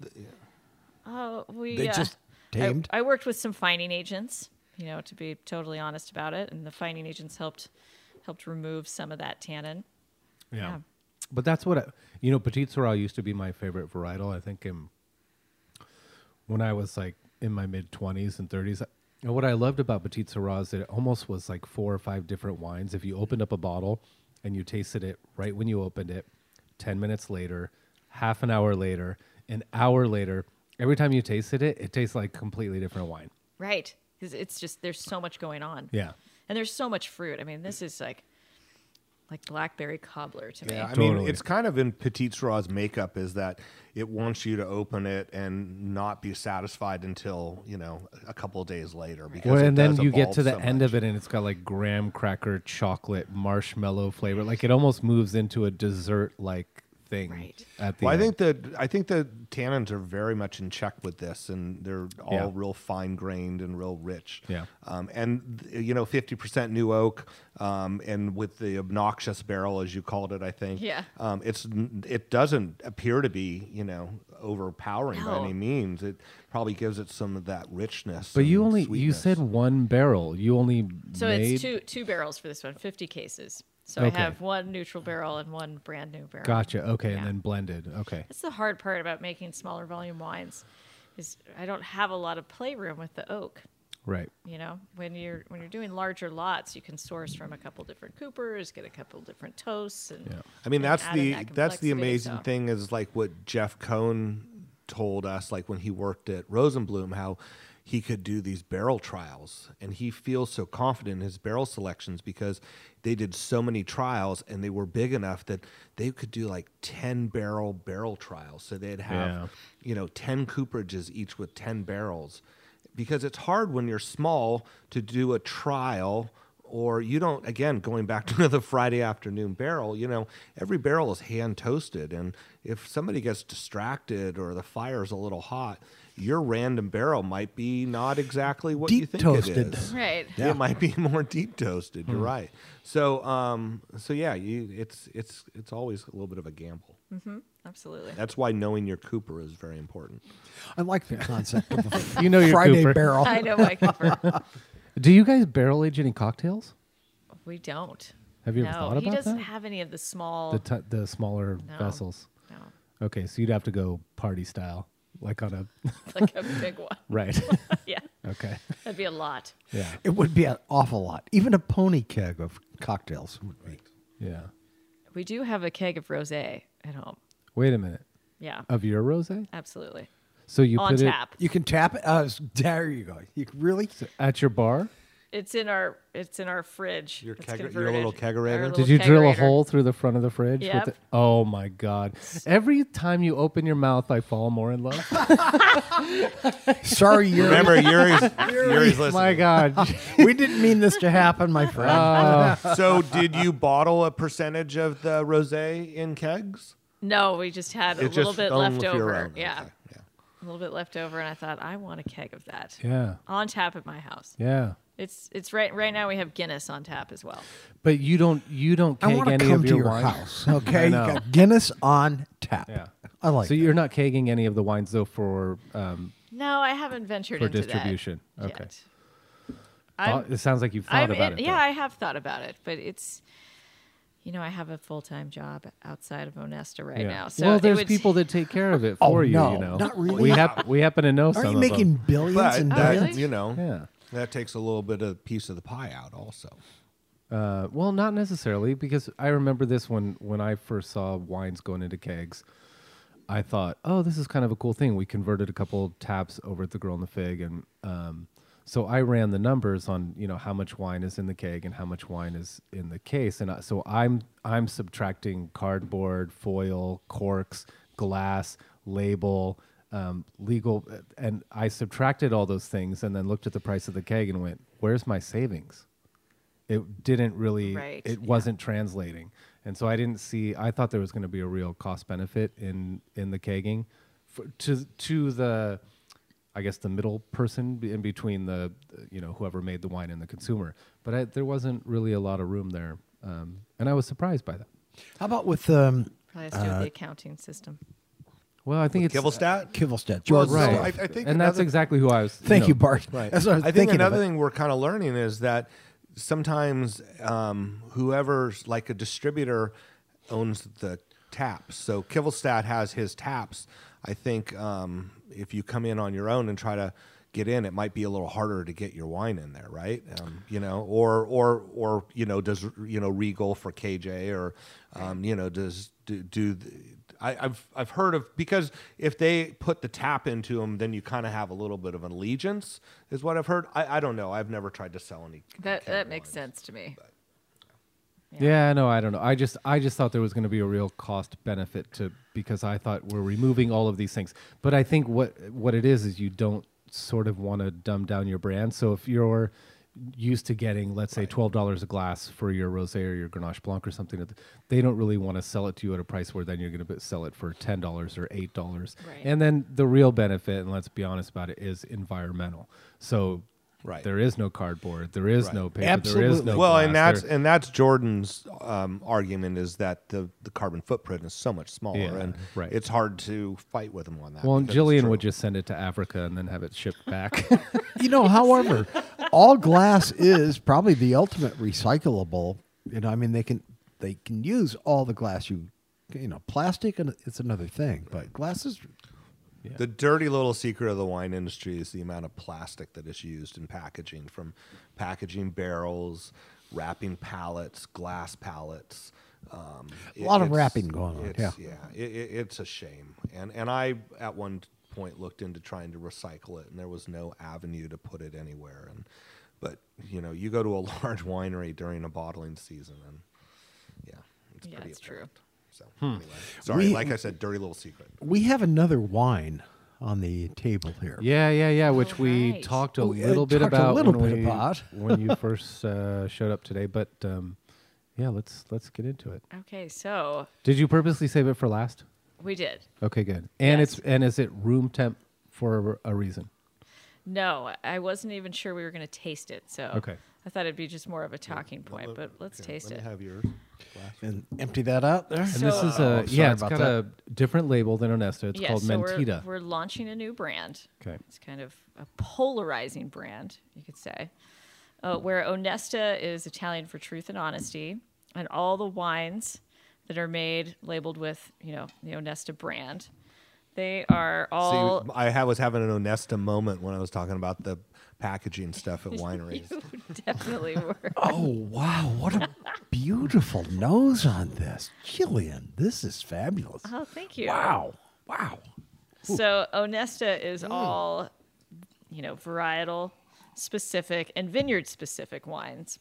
E: Oh, we
C: They
E: uh,
C: just
E: I-
C: tamed?
E: I, worked with some finding agents, you know, to be totally honest about it, and the finding agents helped helped remove some of that tannin.
D: Yeah. But that's what, I, you know, Petit Sirah used to be my favorite varietal. I think in, when I was like in my mid 20s and 30s. And what I loved about Petit Sirah is that it almost was like four or five different wines. If you opened up a bottle and you tasted it right when you opened it, 10 minutes later, half an hour later, an hour later, every time you tasted it, it tastes like completely different wine.
E: Right. Because it's just there's so much going on.
D: Yeah.
E: And there's so much fruit. I mean, this is like like blackberry cobbler to me.
F: Yeah, I mean,
D: Totally.
F: it's kind of in Petit Sirah's makeup is that it wants you to open it and not be satisfied until you know a couple of days later. Because
D: Well,
F: it
D: and then
F: does
D: you get
F: evolve
D: to the
F: so
D: end
F: much.
D: of it, and it's got like graham cracker, chocolate, marshmallow flavor. Like it almost moves into a dessert-like thing.
E: Right.
D: At the
F: Well, I
D: end.
F: think that I think the tannins are very much in check with this, and they're all
D: Yeah.
F: real fine grained and real rich.
D: Yeah.
F: Um, and th- you know, fifty percent new oak, um, and with the obnoxious barrel as you called it, I think.
E: Yeah.
F: Um, it's n- it doesn't appear to be you know overpowering by
E: No.
F: any means. It probably gives it some of that richness.
D: But you
F: and
D: only you
F: sweetness.
D: said one barrel. You only
E: So
D: made,
E: it's two two barrels for this one, 50 cases. So
D: Okay.
E: I have one neutral barrel and one brand new barrel.
D: Gotcha. Okay,
E: Yeah.
D: and then blended. Okay.
E: That's the hard part about making smaller volume wines is I don't have a lot of playroom with the oak.
D: Right.
E: you know when you're when you're doing larger lots you can source from a couple different coopers get a couple different toasts and
F: I mean,
E: and
F: that's
E: add in
F: the
E: that
F: that's the
E: complexity,
F: amazing
E: so-
F: thing is like what Jeff Cohn told us, like when he worked at Rosenblum, how he could do these barrel trials, and he feels so confident in his barrel selections because they did so many trials, and they were big enough that they could do like ten barrel barrel trials. So they'd have,
D: Yeah.
F: you know, ten cooperages each with ten barrels, because it's hard when you're small to do a trial or you don't again going back to *laughs* another friday afternoon barrel you know every barrel is hand toasted and if somebody gets distracted or the fire's a little hot your random barrel might be not exactly what you
C: Deep
F: think
C: toasted. Hmm.
F: it is
E: right
F: it might be *laughs* more deep toasted you're right so um so yeah you it's it's it's always a little bit of a gamble
E: absolutely
F: that's why knowing your cooper is very important
C: I like the concept of a
D: You know your
C: Friday
D: Cooper.
C: barrel.
E: i know my cooper
D: Do you guys barrel age any cocktails?
E: *laughs* we don't
D: Have you
E: no,
D: ever thought
E: he
D: about
E: doesn't
D: that?
E: have any of the small
D: The t- the smaller
E: No.
D: vessels.
E: no,
D: Okay, so you'd have to go party style, like on a *laughs*
E: like a big one *laughs*
D: right.
E: yeah *laughs*
D: okay.
E: that'd be a lot
D: Yeah.
C: It would be an awful lot. Even a pony keg of cocktails would be.
D: Yeah.
E: we do have a keg of rosé at home
D: Wait a minute.
E: yeah
D: Of your rosé?
E: absolutely
D: So you
E: on
D: put
E: tap
C: You can tap it. Uh, there you go. You can really?
D: it at your bar?
E: it's in our it's in our fridge
F: Your
E: It's
F: keg- your
E: converted.
F: little
E: Our
F: kegerator?
E: little
D: Did you drill a
E: kegerator.
D: hole through the front of the fridge?
E: Yep.
D: the, oh my god! Every time you open your mouth, I fall more
C: *laughs*
D: in love.
C: Sorry, you're.
F: remember
D: *laughs*
F: yuri's yuri's listening
D: my god!
C: *laughs* we didn't mean this to happen, my friend.
F: so did you bottle a percentage of the rosé in kegs?
E: no we just had a
F: It's
E: little bit
F: only
E: left
F: for your
E: over
F: own,
E: yeah
F: okay, yeah.
E: a little bit left over, and I thought I want a keg of that
D: yeah,
E: on tap at my house.
D: yeah.
E: It's it's right right now we have Guinness on tap as well.
D: But you don't you don't
C: I
D: keg
C: want to
D: any
C: come
D: of
C: to
D: your,
C: your
D: wine. *laughs*
C: house. Okay, you
D: know.
C: got Guinness on tap.
D: Yeah,
C: I like.
D: So
C: that.
D: you're not kegging any of the wines though for um,
E: No, I haven't ventured
D: For
E: into that
D: distribution. Okay.
E: yet. I'm-
D: thought, it sounds like you've thought
E: I've,
D: about
E: it-
D: it.
E: yeah,
D: though.
E: I have thought about it, but it's you know I have a full time job outside of Onesta right
D: Yeah.
E: now. So
D: well,
E: it
D: there's
E: would-
D: people that take care of it
C: Oh,
D: for you.
C: no,
D: you know,
C: not really.
D: We, hap- we happen to know some
C: Aren't you
D: of
C: making
D: them.
C: billions
F: But
C: and
F: that,
C: billions?
F: you know,
D: Yeah.
F: that takes a little bit of piece of the pie out also.
D: Uh, well, not necessarily, because I remember this when when I first saw wines going into kegs. I thought, oh, this is kind of a cool thing. We converted a couple taps over at the Girl in the Fig, and um, so I ran the numbers on you know how much wine is in the keg and how much wine is in the case, and I, so I'm I'm subtracting cardboard, foil, corks, glass, label, um, legal, and I subtracted all those things, and then looked at the price of the keg and went, where's my savings? It didn't really.
E: Right,
D: It
E: yeah.
D: wasn't translating and so i didn't see i thought there was going to be a real cost benefit in in the kegging for, to to the i guess the middle person be- in between the you know whoever made the wine and the consumer but I, there wasn't really a lot of room there um, and i was surprised by that
C: How about with um,
E: probably has to do
D: Uh,
E: with the accounting system.
D: well i think it's
F: Kivelstadt?
C: Kivelstead?
F: Well,
C: George
F: so
C: Russell.
F: I, I think
D: and that's
F: another-
D: exactly who i was
C: Thank
D: no.
C: you, Bart.
F: Right.
C: That's what I was
F: think
C: thinking.
F: another
C: of it.
F: thing we're kind of learning is that sometimes um, whoever's like a distributor owns the taps. So Kivelstad has his taps. I think um, if you come in on your own and try to get in, it might be a little harder to get your wine in there, right? Um, you know, or or or you know, does you know Regal for KJ or um, you know does do, do the, I, I've I've heard of because if they put the tap into them, then you kind of have a little bit of an allegiance, is what I've heard. I, I don't know. I've never tried to sell any.
E: That
F: keg
E: that makes
F: wines.
E: sense to me.
D: Yeah, no, I don't know. I just I just thought there was going to be a real cost benefit to because I thought we're removing all of these things. But I think what what it is is you don't sort of want to dumb down your brand. So if you're used to getting let's say $12 a glass for your rosé or your Grenache Blanc or something they don't really want to sell it to you at a price where then you're going to sell it for $10 or $8.
E: Right.
D: And then the real benefit and let's be honest about it is environmental. So
F: Right.
D: there is no cardboard, there is no paper, there is
C: Absolutely.
D: no
F: well,
D: glass,
F: and that's
D: there-
F: and that's Jordan's um, argument is that the, the carbon footprint is so much smaller,
D: Yeah,
F: and
D: right.
F: it's hard to fight with him on that.
D: Well, and
F: because it's
D: Jillian would
F: true.
D: just send it to Africa and then have it
C: *laughs*
D: shipped back.
C: You know, however, all glass is probably the ultimate recyclable. You know, I mean, they can they can use all the glass you you know, plastic and it's another thing, but glass is
F: the dirty little secret of the wine industry is the amount of plastic that is used in packaging, from packaging barrels, wrapping pallets, glass pallets. Um,
C: A lot of
F: it's-
C: wrapping going on,
F: it's-
C: yeah.
F: yeah, it, it, it's a shame. And and I at one point looked into trying to recycle it, and there was no avenue to put it anywhere. And but you know, you go to a *laughs* large winery during a bottling season, and yeah, it's
E: Yeah,
F: pretty
E: it's true.
F: apparent. So anyway, sorry,
C: Hmm. We-
F: like I said, dirty little secret.
C: we have another wine on the table here.
D: yeah, yeah, yeah. Which we
E: Alright.
D: talked a
C: We, uh,
D: little bit
C: talked a
D: about
C: little
D: when,
C: bit
D: we-
C: about.
D: *laughs* when you first uh, showed up today. But um, yeah, let's let's get into it.
E: Okay, so
D: Did you purposely save it for last?
E: we did.
D: Okay, good. And it's
E: Yes.
D: and is it room temp for a, a reason?
E: No, I wasn't even sure we were going to taste it, so
D: Okay.
E: I thought it'd be just more of a talking point, but let's
F: Okay,
E: taste
F: let
E: it.
F: me have yours.
C: And empty that out there.
D: And this is
C: Oh,
D: a
C: sorry
D: yeah, it's
C: about
D: got
C: that.
D: a different label than Onesta. It's
E: Yeah,
D: called
E: so we're-
D: Mentita.
E: We're, launching a new brand.
D: Okay.
E: It's kind of a polarizing brand, you could say, uh, where Onesta is Italian for truth and honesty, and all the wines that are made labeled with you know the Onesta brand, they are
D: *laughs*
E: all. *laughs*
F: See, I ha- was having an Onesta moment when I was talking about the
E: *laughs*
F: packaging stuff at wineries.
E: Definitely were.
C: Oh wow, what a beautiful nose on this. Jillian, this is fabulous.
E: Oh, thank you.
C: Wow. Wow.
E: So Onesta is all, you know, varietal specific and vineyard specific wines.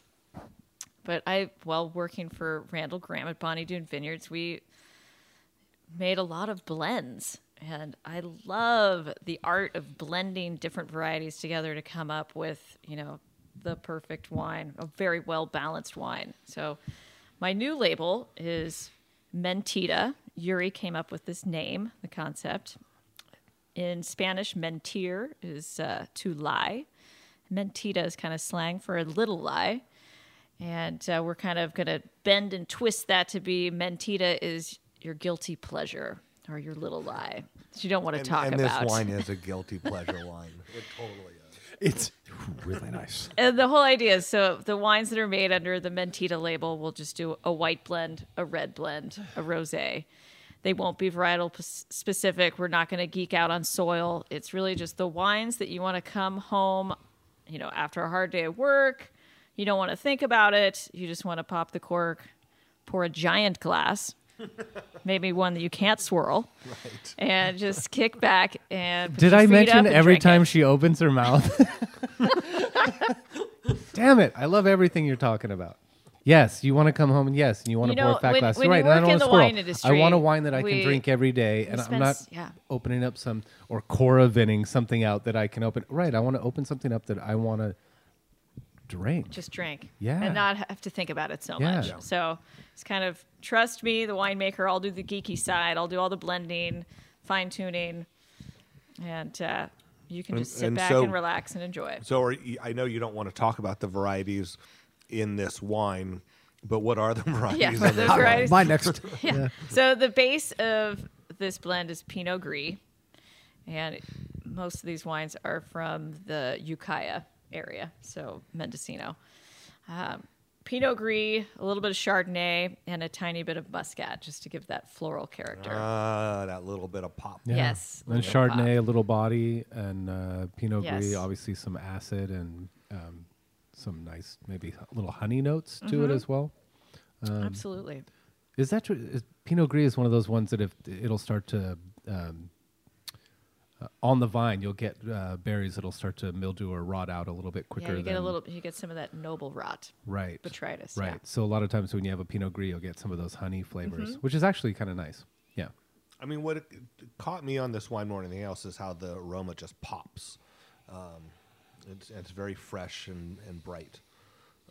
E: But I, while working for Randall Graham at Bonnie Doon Vineyards, we made a lot of blends. And I love the art of blending different varieties together to come up with, you know, the perfect wine, a very well balanced wine. So my new label is Mentita. Yuri came up with this name, the concept. In Spanish, mentir is uh, to lie, Mentita is kind of slang for a little lie. And uh, we're kind of going to bend and twist that to be Mentita is your guilty pleasure or your little lie that you don't want to
F: And,
E: talk
F: and
E: about.
F: this wine is a guilty
E: *laughs*
F: pleasure wine. It totally is.
C: It's really nice.
E: And Uh, the whole idea is so the wines that are made under the Mentita label will just do a white blend, a red blend, a rosé. They won't be varietal p- specific. We're not going to geek out on soil. It's really just the wines that you want to come home, you know, after a hard day at work. You don't want to think about it. You just want to pop the cork, pour a giant glass, maybe one that you can't swirl, and just kick back and. put
D: Did
E: your
D: I
E: feet up
D: mention
E: and
D: every
E: drink it.
D: time she opens her mouth? *laughs* Damn it. I love everything you're talking about. Yes, you want to come home and yes, and you want
E: You
D: to
E: know,
D: pour a fat
E: when-
D: glass.
E: when
D: You're
E: you
D: right. and I
E: work
D: don't
E: in the
D: wanna spoil.
E: wine industry,
D: I want a wine that I
E: we-
D: can drink every day and I'm
E: spend
D: not
E: s- yeah.
D: opening up some or Cora vinning something out that I can open. Right, I want to open something up that I want to drink.
E: just drink
D: Yeah.
E: and not have to think about it so
D: Yeah.
E: much
D: Yeah.
E: so it's kind of trust me the winemaker i'll do the geeky side i'll do all the blending fine tuning and uh, you can
F: And-
E: just sit
F: and
E: back
F: so-
E: and relax and enjoy it
F: So, are you, I know you don't want to talk about the varieties in this wine, but what are the
E: *laughs*
F: varieties?
E: yeah
F: in
E: for
F: this
E: those
F: wine?
E: varieties
C: My next
E: so the base of this blend is pinot gris and most of these wines are from the ukiah area so mendocino um, pinot gris a little bit of chardonnay and a tiny bit of muscat just to give that floral character
F: Ah, that little bit of pop.
D: Yeah.
E: Yes,
D: And
E: little pop.
D: Chardonnay, a little body, and uh, Pinot Gris,
E: Yes.
D: obviously some acid and um, some nice, maybe h- little honey notes to
E: Mm-hmm.
D: it as well. um,
E: Absolutely.
D: Is that true? Is Pinot Gris is one of those ones that if it'll start to um, uh, on the vine, you'll get uh, berries that'll start to mildew or rot out a little bit quicker.
E: Yeah, you get a
D: than-
E: little, you get some of that noble rot.
D: right
E: botrytis,
D: Right.
E: yeah.
D: So a lot of times when you have a Pinot Gris, you'll get some of those honey flavors,
E: Mm-hmm.
D: which is actually kind of nice.
E: *laughs*
D: Yeah.
F: I mean, what caught me on this wine more than anything else is how the aroma just pops. Um, it's, it's very fresh and, and bright.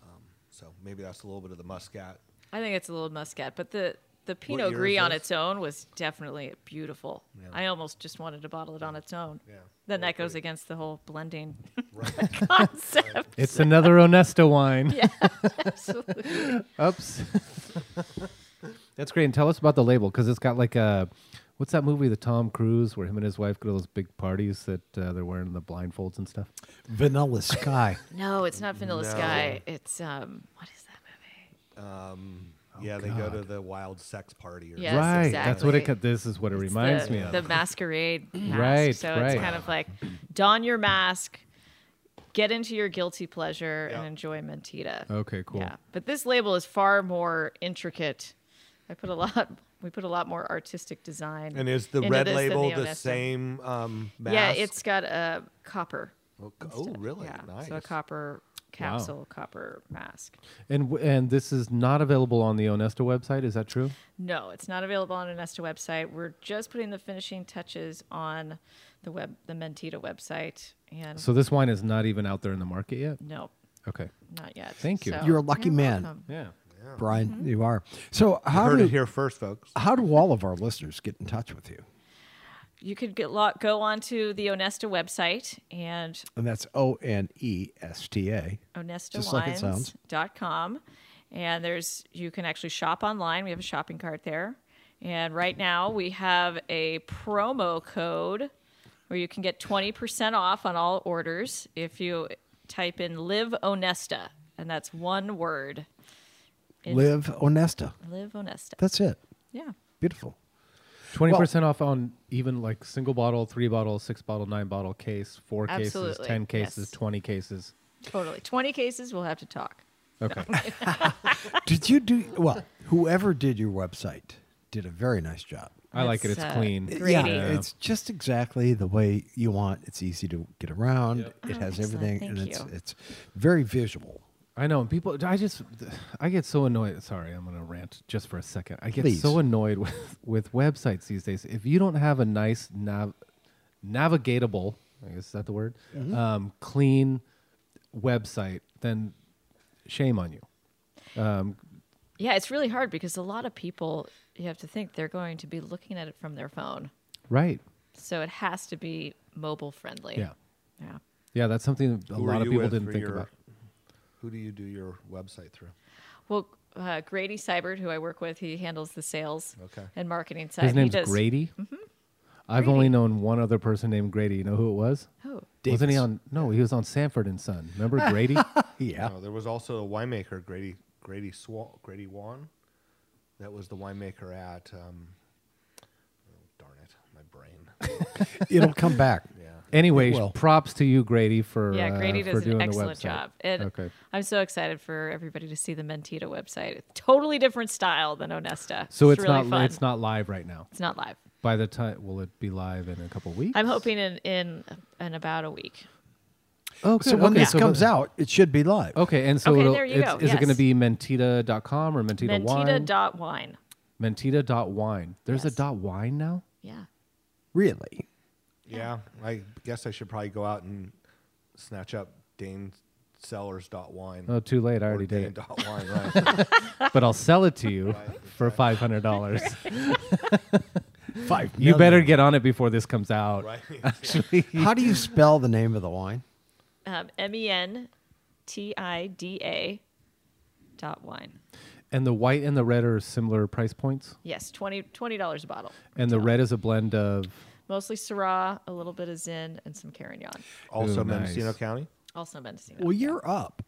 F: Um, so maybe that's a little bit of the muscat.
E: I think it's a little muscat, but the the Pinot
F: year
E: Gris
F: is
E: on
F: this?
E: its own was definitely beautiful. I almost just wanted to bottle it on its own.
F: Yeah.
E: Then that goes against the whole
F: *laughs*
E: blending *laughs* concept.
D: It's another Onesta wine.
E: Absolutely.
D: *laughs* Oops. *laughs* That's great. And tell us about the label because it's got like a what's that movie, the Tom Cruise, where him and his wife go to those big parties that uh, they're wearing the blindfolds and stuff.
C: Vanilla Sky.
E: No, it's not Vanilla
F: No.
E: Sky. It's um, what is that movie?
F: yeah, they go to the wild sex party. Or
E: Yes,
D: right. That's what it.
E: exactly.
D: co- This is what it reminds
E: the,
D: me of.
E: the masquerade
D: *laughs*
E: mask.
D: Right,
E: so
D: right.
E: it's kind of like don your mask, get into your guilty pleasure, and
F: Yeah.
E: enjoy Mentita.
D: okay. Cool.
E: Yeah, but this label is far more intricate. I put a lot. We put a lot more artistic design.
F: And is the
E: into
F: red
E: this than
F: label the
E: Onesta.
F: same um, mask?
E: Yeah, it's got a copper.
F: Oh, c- oh, really?
E: Yeah,
F: Nice.
E: so a copper capsule, copper mask.
D: And w- and this is not available on the Onesta website. Is that true?
E: No, it's not available on Onesta website. We're just putting the finishing touches on the web, the Mentita website, and
D: So this wine is not even out there in the market yet.
E: no,
D: Okay.
E: not yet.
D: Thank you.
E: So-
C: You're a lucky man,
E: welcome.
D: Yeah.
C: Brian.
E: Mm-hmm.
C: You are. So how
F: Heard
C: do
F: it here first, folks.
C: how do all of our listeners get in touch with you?
E: You could get lo- go onto the Onesta website and
C: And that's O N E S T A. Just like it sounds.
E: onestawines.com. And there's you can actually shop online. We have a shopping cart there. And right now we have a promo code where you can get 20% off on all orders if you type in live onesta and that's one word. It's-
C: Live Onesta.
E: live onesta.
C: That's it.
E: yeah. *laughs*
C: Beautiful.
D: Twenty percent off on even like single bottle, three bottle, six bottle, nine bottle case, four cases,
E: Absolutely,
D: ten cases,
E: yes.
D: twenty cases.
E: Totally. 20 cases we'll have to talk.
D: Okay.
E: *laughs*
C: Did you do well? Whoever did your website did a very nice job.
D: I like it. It's
E: It's, uh,
D: clean.
E: great. Grady.
C: Yeah, it's just exactly the way you want. It's easy to get around. It has
E: excellent.
C: everything,
E: Thank
C: and it's
E: you.
C: it's very visual.
D: I know, and people. I just, I get so annoyed. Sorry, I'm going to rant just for a second. I get
C: Please.
D: so annoyed with with websites these days. If you don't have a nice nav, navigatable, I guess is that the word,
C: Mm-hmm.
D: um, clean website, then shame on you.
E: Yeah, it's really hard because a lot of people you have to think they're going to be looking at it from their phone.
D: Right?
E: So it has to be mobile friendly.
D: Yeah.
E: Yeah.
D: Yeah, that's something a
F: Who are
D: lot of
F: you
D: people
F: with
D: didn't
F: for
D: think
F: your-
D: about.
F: Who do you do your website through?
E: Well, uh, Grady Seibert, who I work with, he handles the sales
F: Okay.
E: and marketing side.
D: His name's
E: he does,
D: Grady.
F: Mm-hmm.
D: I've only known one other person named Grady. You know who it was?
E: Oh,
D: Wasn't he
C: Davis.
D: on? No, he was on Sanford and Son. Remember
C: *laughs*
D: Grady?
C: Yeah.
F: No, Oh, there was also a winemaker, Grady Grady Swan, Grady Wan, that was the winemaker at. Um, oh, darn it, my
E: *laughs*
F: brain.
C: *laughs* It'll come back.
D: Anyway,
C: Well-
D: props to you, Grady, for
E: yeah,
D: uh,
E: Grady
D: for
E: does
D: doing
E: an
D: the
E: excellent
D: website.
E: job. And
D: Okay.
E: I'm so excited for everybody to see the Mentita website. It's totally different style than Onesta.
D: So it's,
E: it's, really
D: not
E: fun.
D: it's not live right now.
E: It's not live.
D: By the time will it be live in a couple weeks?
E: I'm hoping in in, in about a week.
D: Oh,
C: So when this comes
D: out.
C: out, it should be live.
D: Okay, and so
E: Okay,
D: it'll-
E: there you
D: it's-
E: go,
D: is it going to be
E: yes.
D: mentita.com or mentita, wine?
E: Mentita dot wine.
D: mentita.wine. There's
E: Yes.
D: a dot wine now?
E: Yeah.
C: Really?
F: yeah, I guess I should probably go out and snatch up Dane Sellers dot wine.
D: Oh, too late. I
F: or
D: already
F: Dane
D: did
F: dot *laughs* wine, right?
D: it. But I'll sell it to you for
E: *laughs*
D: $500.
C: Five.
D: You
C: million.
D: better get on it before this comes out.
F: right. *laughs*
C: How do you spell the name of the wine?
E: Um, M E N T I D A dot wine.
D: *laughs* And the white and the red are similar price points.
E: Yes, 20 dollars a bottle.
D: And the red is a blend of.
E: Mostly Syrah, a little bit of Zin, and some Carignan.
F: Also,
D: Ooh, nice.
F: Mendocino County.
E: Also Mendocino.
C: Well, you're up.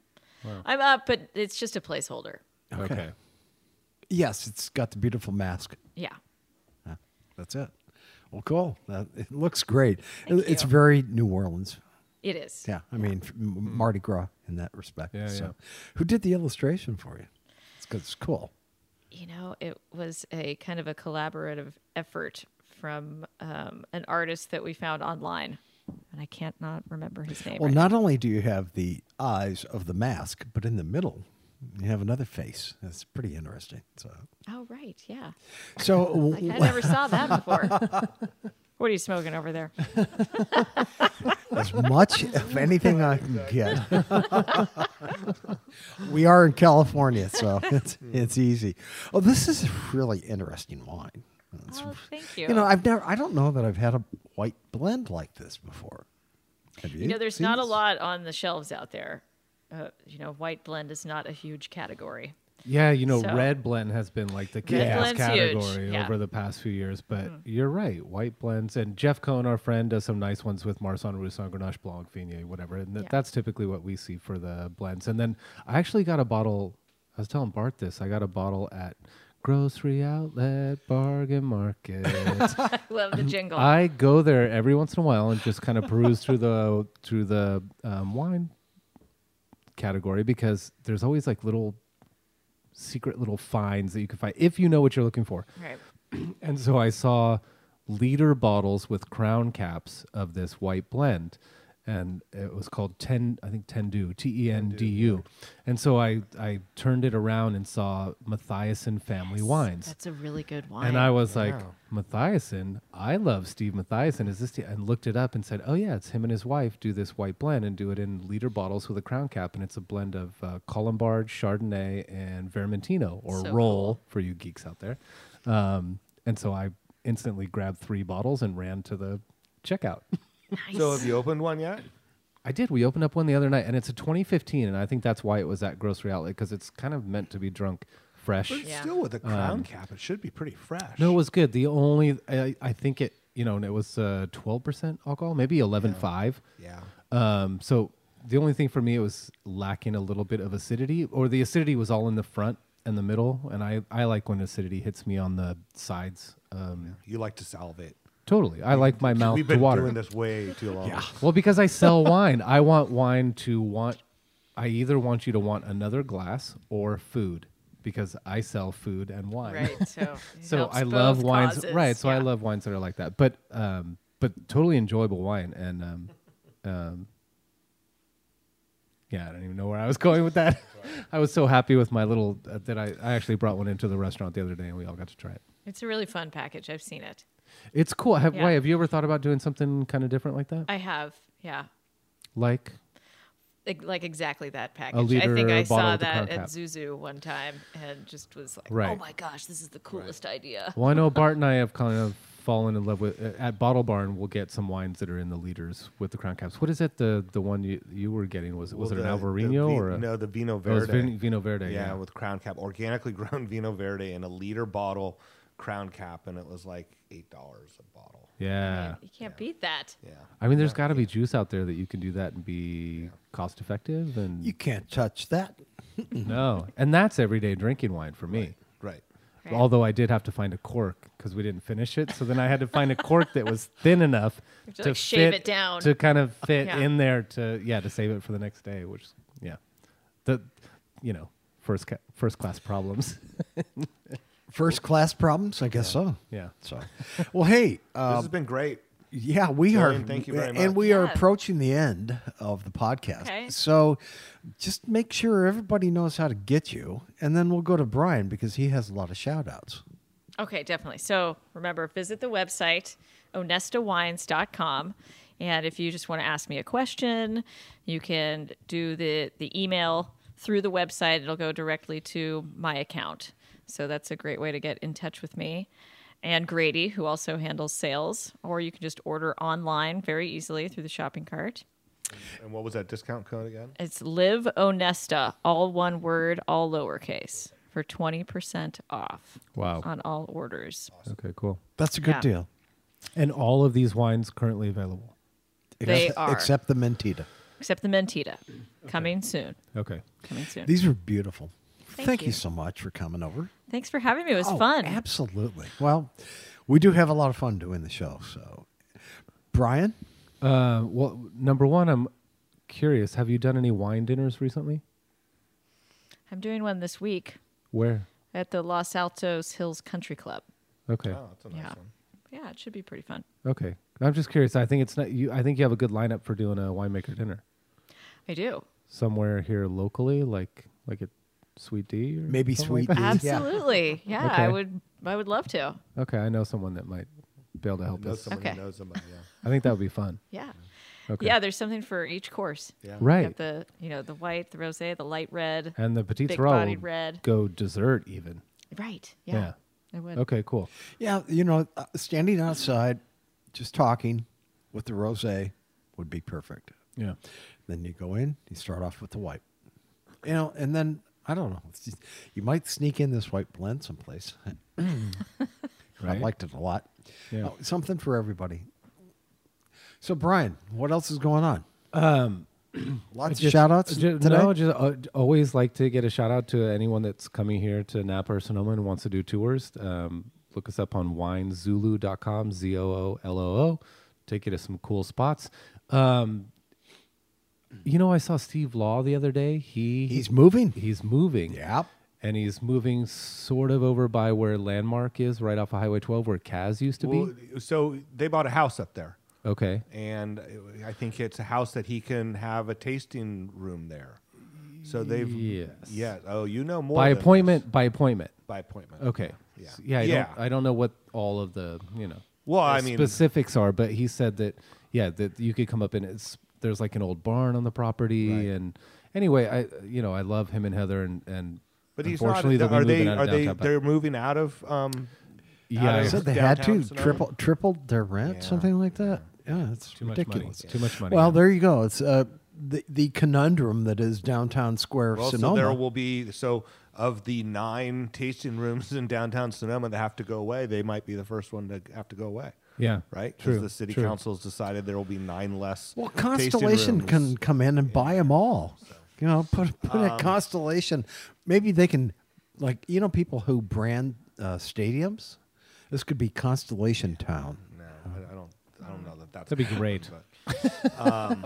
D: Oh.
E: I'm up, but it's just a placeholder.
D: Okay.
C: Yes, it's got the beautiful mask.
E: Yeah.
C: That's it. Well, cool. That, it looks great. It- it's
E: you.
C: very New Orleans.
E: It is.
C: Yeah, I mean f- M- Mardi Gras in that respect.
D: Yeah,
C: so,
D: yeah.
C: who did the illustration for you? It's 'cause it's cool.
E: You know, it was a kind of a collaborative effort from um, an artist that we found online, and I can't not remember his name.
C: Well,
E: right
C: not only do you have the eyes of the mask, but in the middle, you have another face. That's pretty interesting. So,
E: now. oh, right,
C: *laughs*
E: yeah.
C: so
E: Like, *laughs* I never saw that before. *laughs* what are you smoking over there?
C: as much of anything I can get. we are in California, so it's it's easy. Oh, this is really interesting wine. It's-
E: Oh, thank you.
C: You know, I've never, I don't know that I've had a white blend like this before. Have you?
E: You know, there's
C: seen
E: not a
C: this?
E: lot on the shelves out there. Uh, you know, white blend is not a huge category.
D: Yeah, you know,
E: So-
D: red blend has been like the chaos
E: blend's huge,
D: category
E: yeah. Mm-hmm.
D: over the past few years, but you're right. White blends and Jeff Cohn, our friend, does some nice ones with Marsan, Roussan, Grenache Blanc, Viognier, whatever. And th-
E: Yeah.
D: that's typically what we see for the blends. And then I actually got a bottle. I was telling Bart this. I got a bottle at Grocery Outlet Bargain Market.
E: Love
C: *laughs*
E: the jingle.
D: I go there every once in a while and just kind of peruse through the through the um, wine category because there's always like little secret little finds that you can find if you know what you're looking for.
E: right.
D: And so I saw liter bottles with crown caps of this white blend. And it was called ten, I think Tendu, T E N D U, and so I I turned it around and saw Mathiasen Family Wines,
E: That's a really good wine.
D: and I was like, Mathiasen, I love Steve Mathiasen. Is this? The, and looked it up and said, oh yeah, it's him and his wife do this white blend and do it in liter bottles with a crown cap, and it's a blend of uh, Colombard, Chardonnay, and Vermentino or
E: So
D: Roll for you geeks out there. Um, and so I instantly grabbed three bottles and ran to the checkout. *laughs*
E: nice.
F: So, have you opened one yet?
D: I did. We opened up one the other night, and it's a 2015, and I think that's why it was at grocery outlet because it's kind of meant to be drunk fresh.
F: But it's
E: Yeah.
F: Still with a crown cap, it should be pretty fresh.
D: Um, No, it was good. The only I, I think it, you know, and it was uh, twelve percent alcohol, maybe eleven five.
F: Yeah.
D: Um, so the only thing for me it was lacking a little bit of acidity, or the acidity was all in the front and the middle, and I I like when acidity hits me on the sides. Um,
F: You like to salivate.
D: totally, I like my mouth
F: We've
D: to
F: been
D: water.
F: doing this way too long. Yeah.
D: Well, because I
F: *laughs*
D: sell wine, I want wine to want. I either want you to want another glass or food because I sell food and wine. *laughs*
E: right. So, it
D: so
E: helps
D: I love
E: both
D: wines,
E: causes.
D: right? So I
E: Yeah.
D: love wines that are like that, but um, but totally enjoyable wine, and um,
E: *laughs*
D: um, yeah, I don't even know where I was going with that. *laughs* I was so happy with my little uh, that I, I actually brought one into the restaurant the other day, and we all got to try it.
E: It's a really fun package. I've seen it.
D: It's cool. Have,
E: Yeah.
D: Why have you ever thought about doing something kind of different like that?
E: I have, yeah,
D: like
E: like, like exactly that package. I
D: liter
E: think I
D: bottle
E: saw
D: with the
E: that
D: crown
E: at
D: cap.
E: Zuzu one time and just was like, oh
D: Right.
E: my gosh, this is the coolest idea.
D: Well, I know Bart and I have kind of fallen in love with uh, at Bottle Barn. We'll get some wines that are in the leaders with the crown caps. What is it? The the one you, you were getting was was
F: Well,
D: it
F: the-
D: an
F: the
D: Alvarino
F: vi-
D: or a,
F: no the Vino
D: Oh, it's
F: Verde?
D: Vin- Vino Verde, yeah.
F: with crown cap, organically *laughs* grown Vino Verde in a liter bottle crown cap, and it was like eight dollars a bottle.
D: yeah.
E: You can't beat that.
F: Yeah,
D: I mean, there's got to be juice out there that you can do that and be cost effective and
C: You can't touch that.
D: no, and that's everyday drinking wine for me.
F: right.
E: Right.
D: Although I did have to find a cork because we didn't finish it, so then I had to find a cork that was thin enough
E: *laughs* to,
D: to,
E: like, shave
D: fit-
E: it down.
D: to kind
E: *laughs*
D: of fit
E: Yeah.
D: in there to yeah to save it for the next day, which yeah, the you know first ca- first class problems *laughs*
C: First class problems, I guess so.
D: yeah.
C: So, well, hey,
F: This
C: uh,
D: Um,
F: has been great.
C: yeah, we
F: Jillian,
C: are.
F: thank you very
C: And
F: much.
C: we are
E: Yeah.
C: approaching the end of the podcast.
E: Okay.
C: So, just make sure everybody knows how to get you, and then we'll go to Brian because he has a lot of shout outs.
E: Okay, definitely. So remember, visit the website, onestawines.com. And if you just want to ask me a question, you can do the, the email through the website. It'll go directly to my account. So that's a great way to get in touch with me. And Grady, who also handles sales, or you can just order online very easily through the shopping cart.
F: And what was that discount code again?
E: It's Live Onesta, all one word, all lowercase, for 20% off
D: Wow.
E: on all orders.
D: Okay, cool.
C: That's a good
E: Yeah.
C: deal.
D: And all of these wines currently available.
E: They
C: except,
E: are.
C: Except the Mentita.
E: except
D: *clears throat*
E: the Mentita. Coming soon.
D: Okay.
E: Coming soon.
C: These were beautiful. Thank,
E: Thank
C: you.
E: you.
C: so much for coming over.
E: Thanks for having me. It was
C: Oh,
E: fun.
C: Absolutely. Well, we do have a lot of fun doing the show. So, Brian,
D: Uh, well, number one, I'm curious. Have you done any wine dinners recently?
E: I'm doing one this week
D: Where?
E: at the Los Altos Hills Country Club.
D: Okay.
F: Oh, that's a nice
E: yeah.
F: one.
E: Yeah, it should be pretty fun.
D: Okay. I'm just curious. I think it's not you. I think you have a good lineup for doing a winemaker dinner
E: I do.
D: somewhere here locally, like like at Sweet D. Or
C: maybe
D: something like
C: Sweet D.
D: *laughs*
E: Absolutely. Yeah,
D: Okay.
E: I would I would love to.
D: that? Okay, I know someone that might be able to help
F: Know
D: us.
F: someone
E: Okay.
F: who knows somebody. Yeah.
D: I think that would be fun.
E: Yeah.
D: Okay.
E: Yeah, there's something for each course.
F: Yeah.
E: You
D: Right. Uh,
E: got the you know, the white, the rosé, the light red.
D: and the petite
E: Big
D: Roll
E: bodied red.
D: go dessert even.
E: Right.
D: Yeah.
E: Yeah. I would.
D: Okay, cool.
C: Yeah, you know, uh, standing outside, just talking with the rosé would be perfect.
D: Yeah.
C: Then you go in, you start off with the white, you know, and then I don't know, it's just- you might sneak in this white blend someplace. *clears throat* I
D: Right.
C: liked it a lot.
D: Yeah.
C: Oh, something for everybody. So Brian, what else is going on? Um, lots of
D: Just-
C: shout outs
D: ju-
C: today.
D: No, just uh, j- always like to get a shout out to anyone that's coming here to Napa or Sonoma and wants to do tours. Um, look us up on winezulu.com, Z O O L O O. Take you to some cool spots. Um, you know, I saw Steve Law the other day. He
C: He's moving.
D: He's moving.
C: Yep.
D: And he's moving sort of over by where Landmark is, right off of Highway 12, where Kaz used to
F: Well,
D: be.
F: so they bought a house up there,
D: Okay.
F: and it- I think it's a house that he can have a tasting room there. So they've
D: Yes.
F: yeah. Oh, you know more
D: By
F: than us.
D: appointment, by appointment.
F: By appointment.
D: Okay.
F: Yeah.
D: S- Yeah. I,
F: Yeah.
D: Don't, I don't know what all of the you know.
F: Well,
D: the
F: I mean-
D: specifics are, but he said that yeah that you could come up and it's there's like an old barn on the property and anyway I you know I love him and Heather and and
F: But he's not.
D: unfortunately they'll be
F: Are they?
D: moving out
F: Are
D: of
F: they?
D: downtown, but-
F: They're moving out of. Um,
D: yeah
F: out
C: I
F: of-
D: it's
C: said they had
F: downtown
C: to
F: Sonoma.
C: triple tripled their rent,
F: Yeah.
C: something like that. Yeah, it's
D: too much money
C: ridiculous.
D: It's too much money
C: Well,
D: yeah.
C: there you go. It's uh, the the conundrum that is downtown Square of
F: well, so
C: Sonoma.
F: there will be. So of the nine tasting rooms in downtown Sonoma that have to go away, they might be the first one to have to go away.
D: yeah
F: Right.
D: true
F: Because the city
D: true.
F: council's decided there will be nine less.
C: well,
F: tasting
C: Constellation
F: rooms.
C: can come in and buy 'em buy them all. You know, put put
D: um,
C: a Constellation. Maybe they can, like you know, people who brand uh, stadiums. This could be Constellation Town.
F: No, I, I don't. I don't know that that's *laughs*
D: That'd be
F: gonna
D: great.
F: happen,
D: *laughs*
F: but-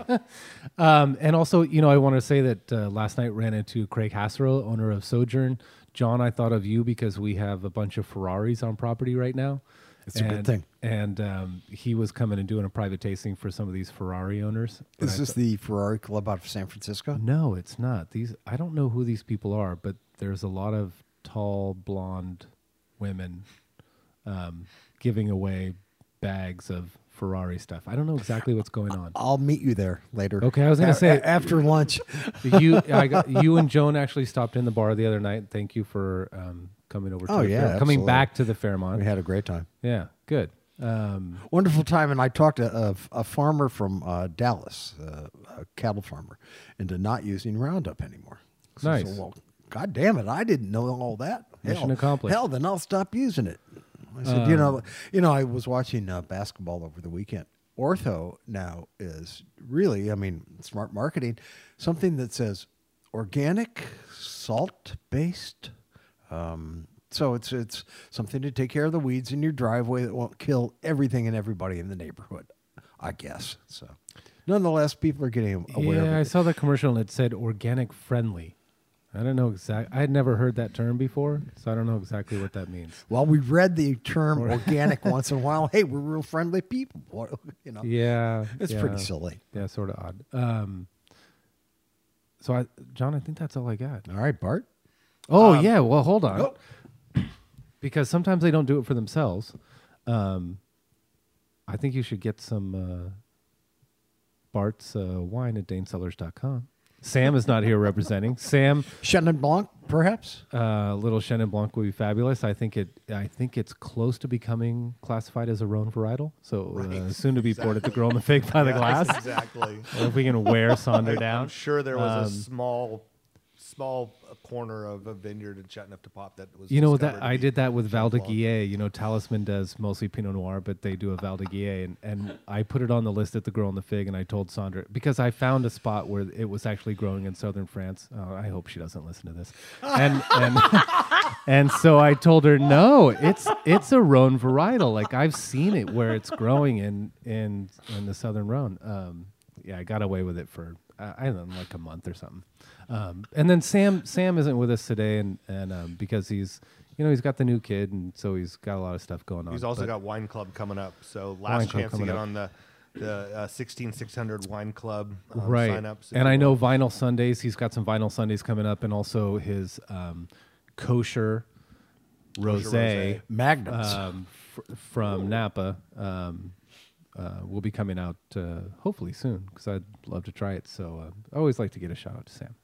D: Um, and also, you know, I want to say that uh, last night ran into Craig Hassero, owner of Sojourn. John, I thought of you because we have a bunch of Ferraris on property right now.
C: It's a good
D: And-
C: thing.
D: And um, he was coming and doing a private tasting for some of these Ferrari owners. And
C: Is
D: I
C: this the Ferrari Club out of San Francisco?
D: thought, no, it's not. These I don't know who these people are, but there's a lot of tall, blonde women um, giving away bags of Ferrari stuff. I don't know exactly what's going on.
C: I'll meet you there later.
D: Okay, I was gonna
C: A-
D: say-
C: a- after lunch. *laughs*
D: you, I got, you and Joan actually stopped in the bar the other night. Thank you for um, coming over. To
C: Oh,
D: the
C: yeah,
D: Fair- coming
C: absolutely.
D: back to the Fairmont.
C: we had a great time.
D: yeah, good.
C: Wonderful time, and I talked to a, a farmer from uh, Dallas, uh, a cattle farmer, into not using Roundup anymore. So I said,
D: Nice.
C: well, God damn it, I didn't know all that.
D: Mission
C: hell,
D: accomplished.
C: Hell, "Oh, then I'll stop using it. I said, you know, you know, I was watching uh, basketball over the weekend. Ortho now is really, I mean, smart marketing. Something that says organic, salt based. Um, so it's it's something to take care of the weeds in your driveway that won't kill everything and everybody in the neighborhood. I guess so. Nonetheless, people are getting aware.
D: yeah, I
C: of it.
D: saw the commercial and it said organic friendly. I don't know exactly. I had never heard that term before, so I don't know exactly what that means.
C: While we read the
D: *laughs*
C: term organic once in a while, hey, we're real friendly people. *laughs* What- You know,
D: Yeah,
C: it's
D: yeah.
C: pretty silly.
D: Yeah, sort of odd. Um, so, I, John, I think that's all I got.
C: All right, Bart.
D: Oh
F: Um,
D: yeah, well hold on,
C: nope.
D: *clears throat* because sometimes they don't do it for themselves. Um, I think you should get some uh, Bart's uh, wine at DaneSellers.com. Sam is not here
F: *laughs*
D: representing. Sam,
C: Chenin Blanc, perhaps.
D: uh, little Chenin Blanc will be fabulous. I think it. I think it's close to becoming classified as a Rhone varietal, so uh, soon to be poured at the Girl in the Fig
F: *laughs*
D: by the Glass.
F: exactly.
D: If we can wear Sonder
F: *laughs* I'm
D: down, Um,
F: sure there was a small, small corner of a vineyard in Chattanooga Pop that was.
D: You know
F: discovered
D: that
F: to
D: I
F: be
D: did that with Val de
F: Blanc.
D: Guillet. You know, Talisman does mostly Pinot Noir, but they do a Val de Guillet, and, and I put it on the list at the Girl in the Fig, and I told Sandra because I found a spot where it was actually growing in southern France. Oh, I hope she doesn't listen to this, and and
F: *laughs*
D: and so I told her no, it's it's a Rhone varietal. Like I've seen it where it's growing in in in the southern Rhone. Um, yeah, I got away with it for uh, I don't know, like a month or something. Um, and then Sam Sam isn't with us today, and and um, because he's you know he's got the new kid, and so he's got a lot of stuff going on.
F: He's also
D: But
F: got Wine Club coming up. So
D: Wine
F: last
D: Club
F: chance to
D: coming
F: get
D: up.
F: on the the uh, 16600 Wine Club um,
D: right.
F: signups. if
D: and
F: you
D: I know
F: will.
D: Vinyl Sundays. He's got some Vinyl Sundays coming up, and also his um, kosher rosé
F: rosé.
C: Magnums.
D: um, fr- from Napa um, uh, will be coming out uh, hopefully soon because I'd love to try it. So uh, I always like to get a shout out to Sam.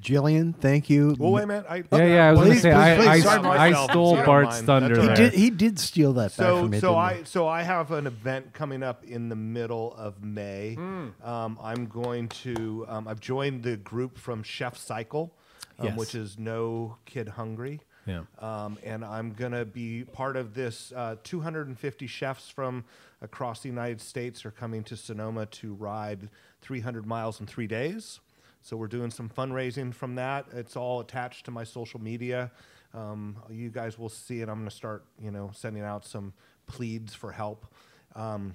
C: Jillian, thank you.
F: Well, wait a minute. I,
D: Yeah, yeah. I was
C: Please,
D: gonna say
C: please,
D: I,
C: please,
D: I,
C: sorry,
D: s- I
F: myself.
D: stole
F: Sorry,
D: Bart's
F: mine.
D: thunder.
F: That's
C: he
F: okay.
D: there.
C: did. He did steal that back
F: So,
C: from me.
F: so
C: didn't
F: I
C: he?
F: so I have an event coming up in the middle of May. Um, I'm going to um, I've joined the group from Chef Cycle, um,
D: Yes.
F: which is No Kid Hungry.
D: Yeah.
F: Um, and I'm gonna be part of this. Uh, 250 chefs from across the United States are coming to Sonoma to ride 300 miles in three days. So we're doing some fundraising from that. It's all attached to my social media. Um, you guys will see it. I'm going to start, you know, sending out some pleads for help. Um,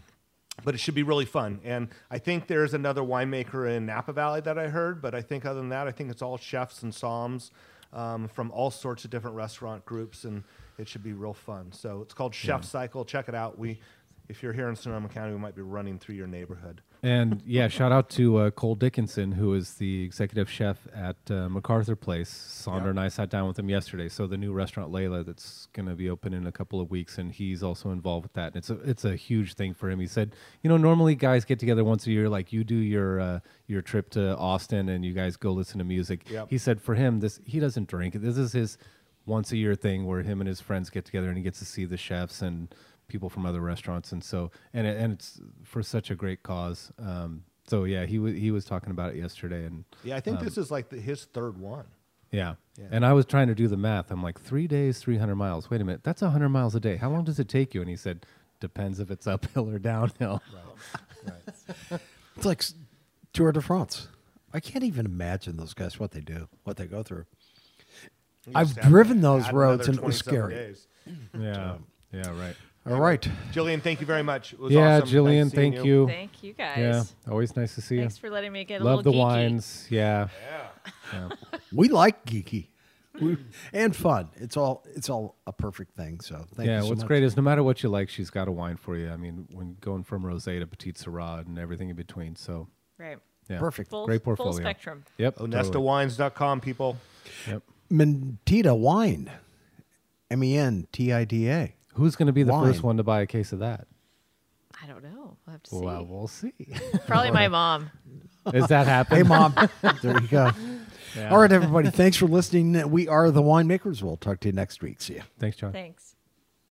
F: but it should be really fun. And I think there's another winemaker in Napa Valley that I heard. But I think other than that, I think it's all chefs and psalms um, from all sorts of different restaurant groups, and it should be real fun. So it's called Chef Cycle. Check it out. We, if you're here in Sonoma County, we might be running through your neighborhood.
D: And yeah, shout out to uh, Cole Dickinson, who is the executive chef at uh, MacArthur Place. Sonder and I sat down with him yesterday. So the new restaurant Layla that's going to be open in a couple of weeks, and he's also involved with that. And it's a it's a huge thing for him. He said, you know, normally guys get together once a year, like you do your uh, your trip to Austin, and you guys go listen to music.
F: Yep.
D: He said for him, this he doesn't drink. This is his once a year thing where him and his friends get together and he gets to see the chefs and people from other restaurants and so and it, and it's for such a great cause. Um, so yeah, he was he was talking about it yesterday and
F: Yeah, I think
C: Um,
F: this is like the, his third one.
D: yeah. And I was trying to do the math. I'm like, three days, 300 miles. Wait a minute. That's 100 miles a day. How long does it take you? And he said, depends if it's *laughs* uphill or downhill.
C: It's like s- Tour de France. I can't even imagine those guys what they do, what they go through. I've
F: Just add-
C: driven those
F: add
C: roads
F: another
C: and it was
F: 27
C: scary.
F: days.
D: *laughs* Yeah. Yeah, right.
C: All right.
F: Jillian, thank you very much. It was
D: Yeah,
F: awesome.
D: Jillian,
F: Nice seeing
D: thank you.
E: Thank you guys.
D: Yeah. Always nice to see you.
E: Thanks for letting me get a
D: Love the
E: little geeky.
D: wines. Yeah.
C: We like geeky. We- and fun. It's all it's all a perfect thing. So thank
D: yeah,
C: you so
D: what's
C: much.
D: great is no matter what you like, she's got a wine for you. I mean, when going from rosé to petit syrah and everything in between, so
E: Right.
D: yeah,
C: Perfect. Oh,
E: Full,
D: great portfolio,
E: Full spectrum.
D: Yep, totally.
F: OnestaWines.com, people.
D: Yep.
C: Mentida wine. M E N T I D A.
D: Who's going to be the first
C: Wine.
D: one to buy a case of that?
E: I don't know. We'll have to see.
D: Well, we'll see. *laughs*
E: Probably my mom.
D: Is that
C: Hey
D: *laughs* happening?
C: mom. there you go. All right, everybody. Thanks for listening. We are the winemakers. We'll talk to you next week. See ya.
D: Thanks, John.
E: Thanks.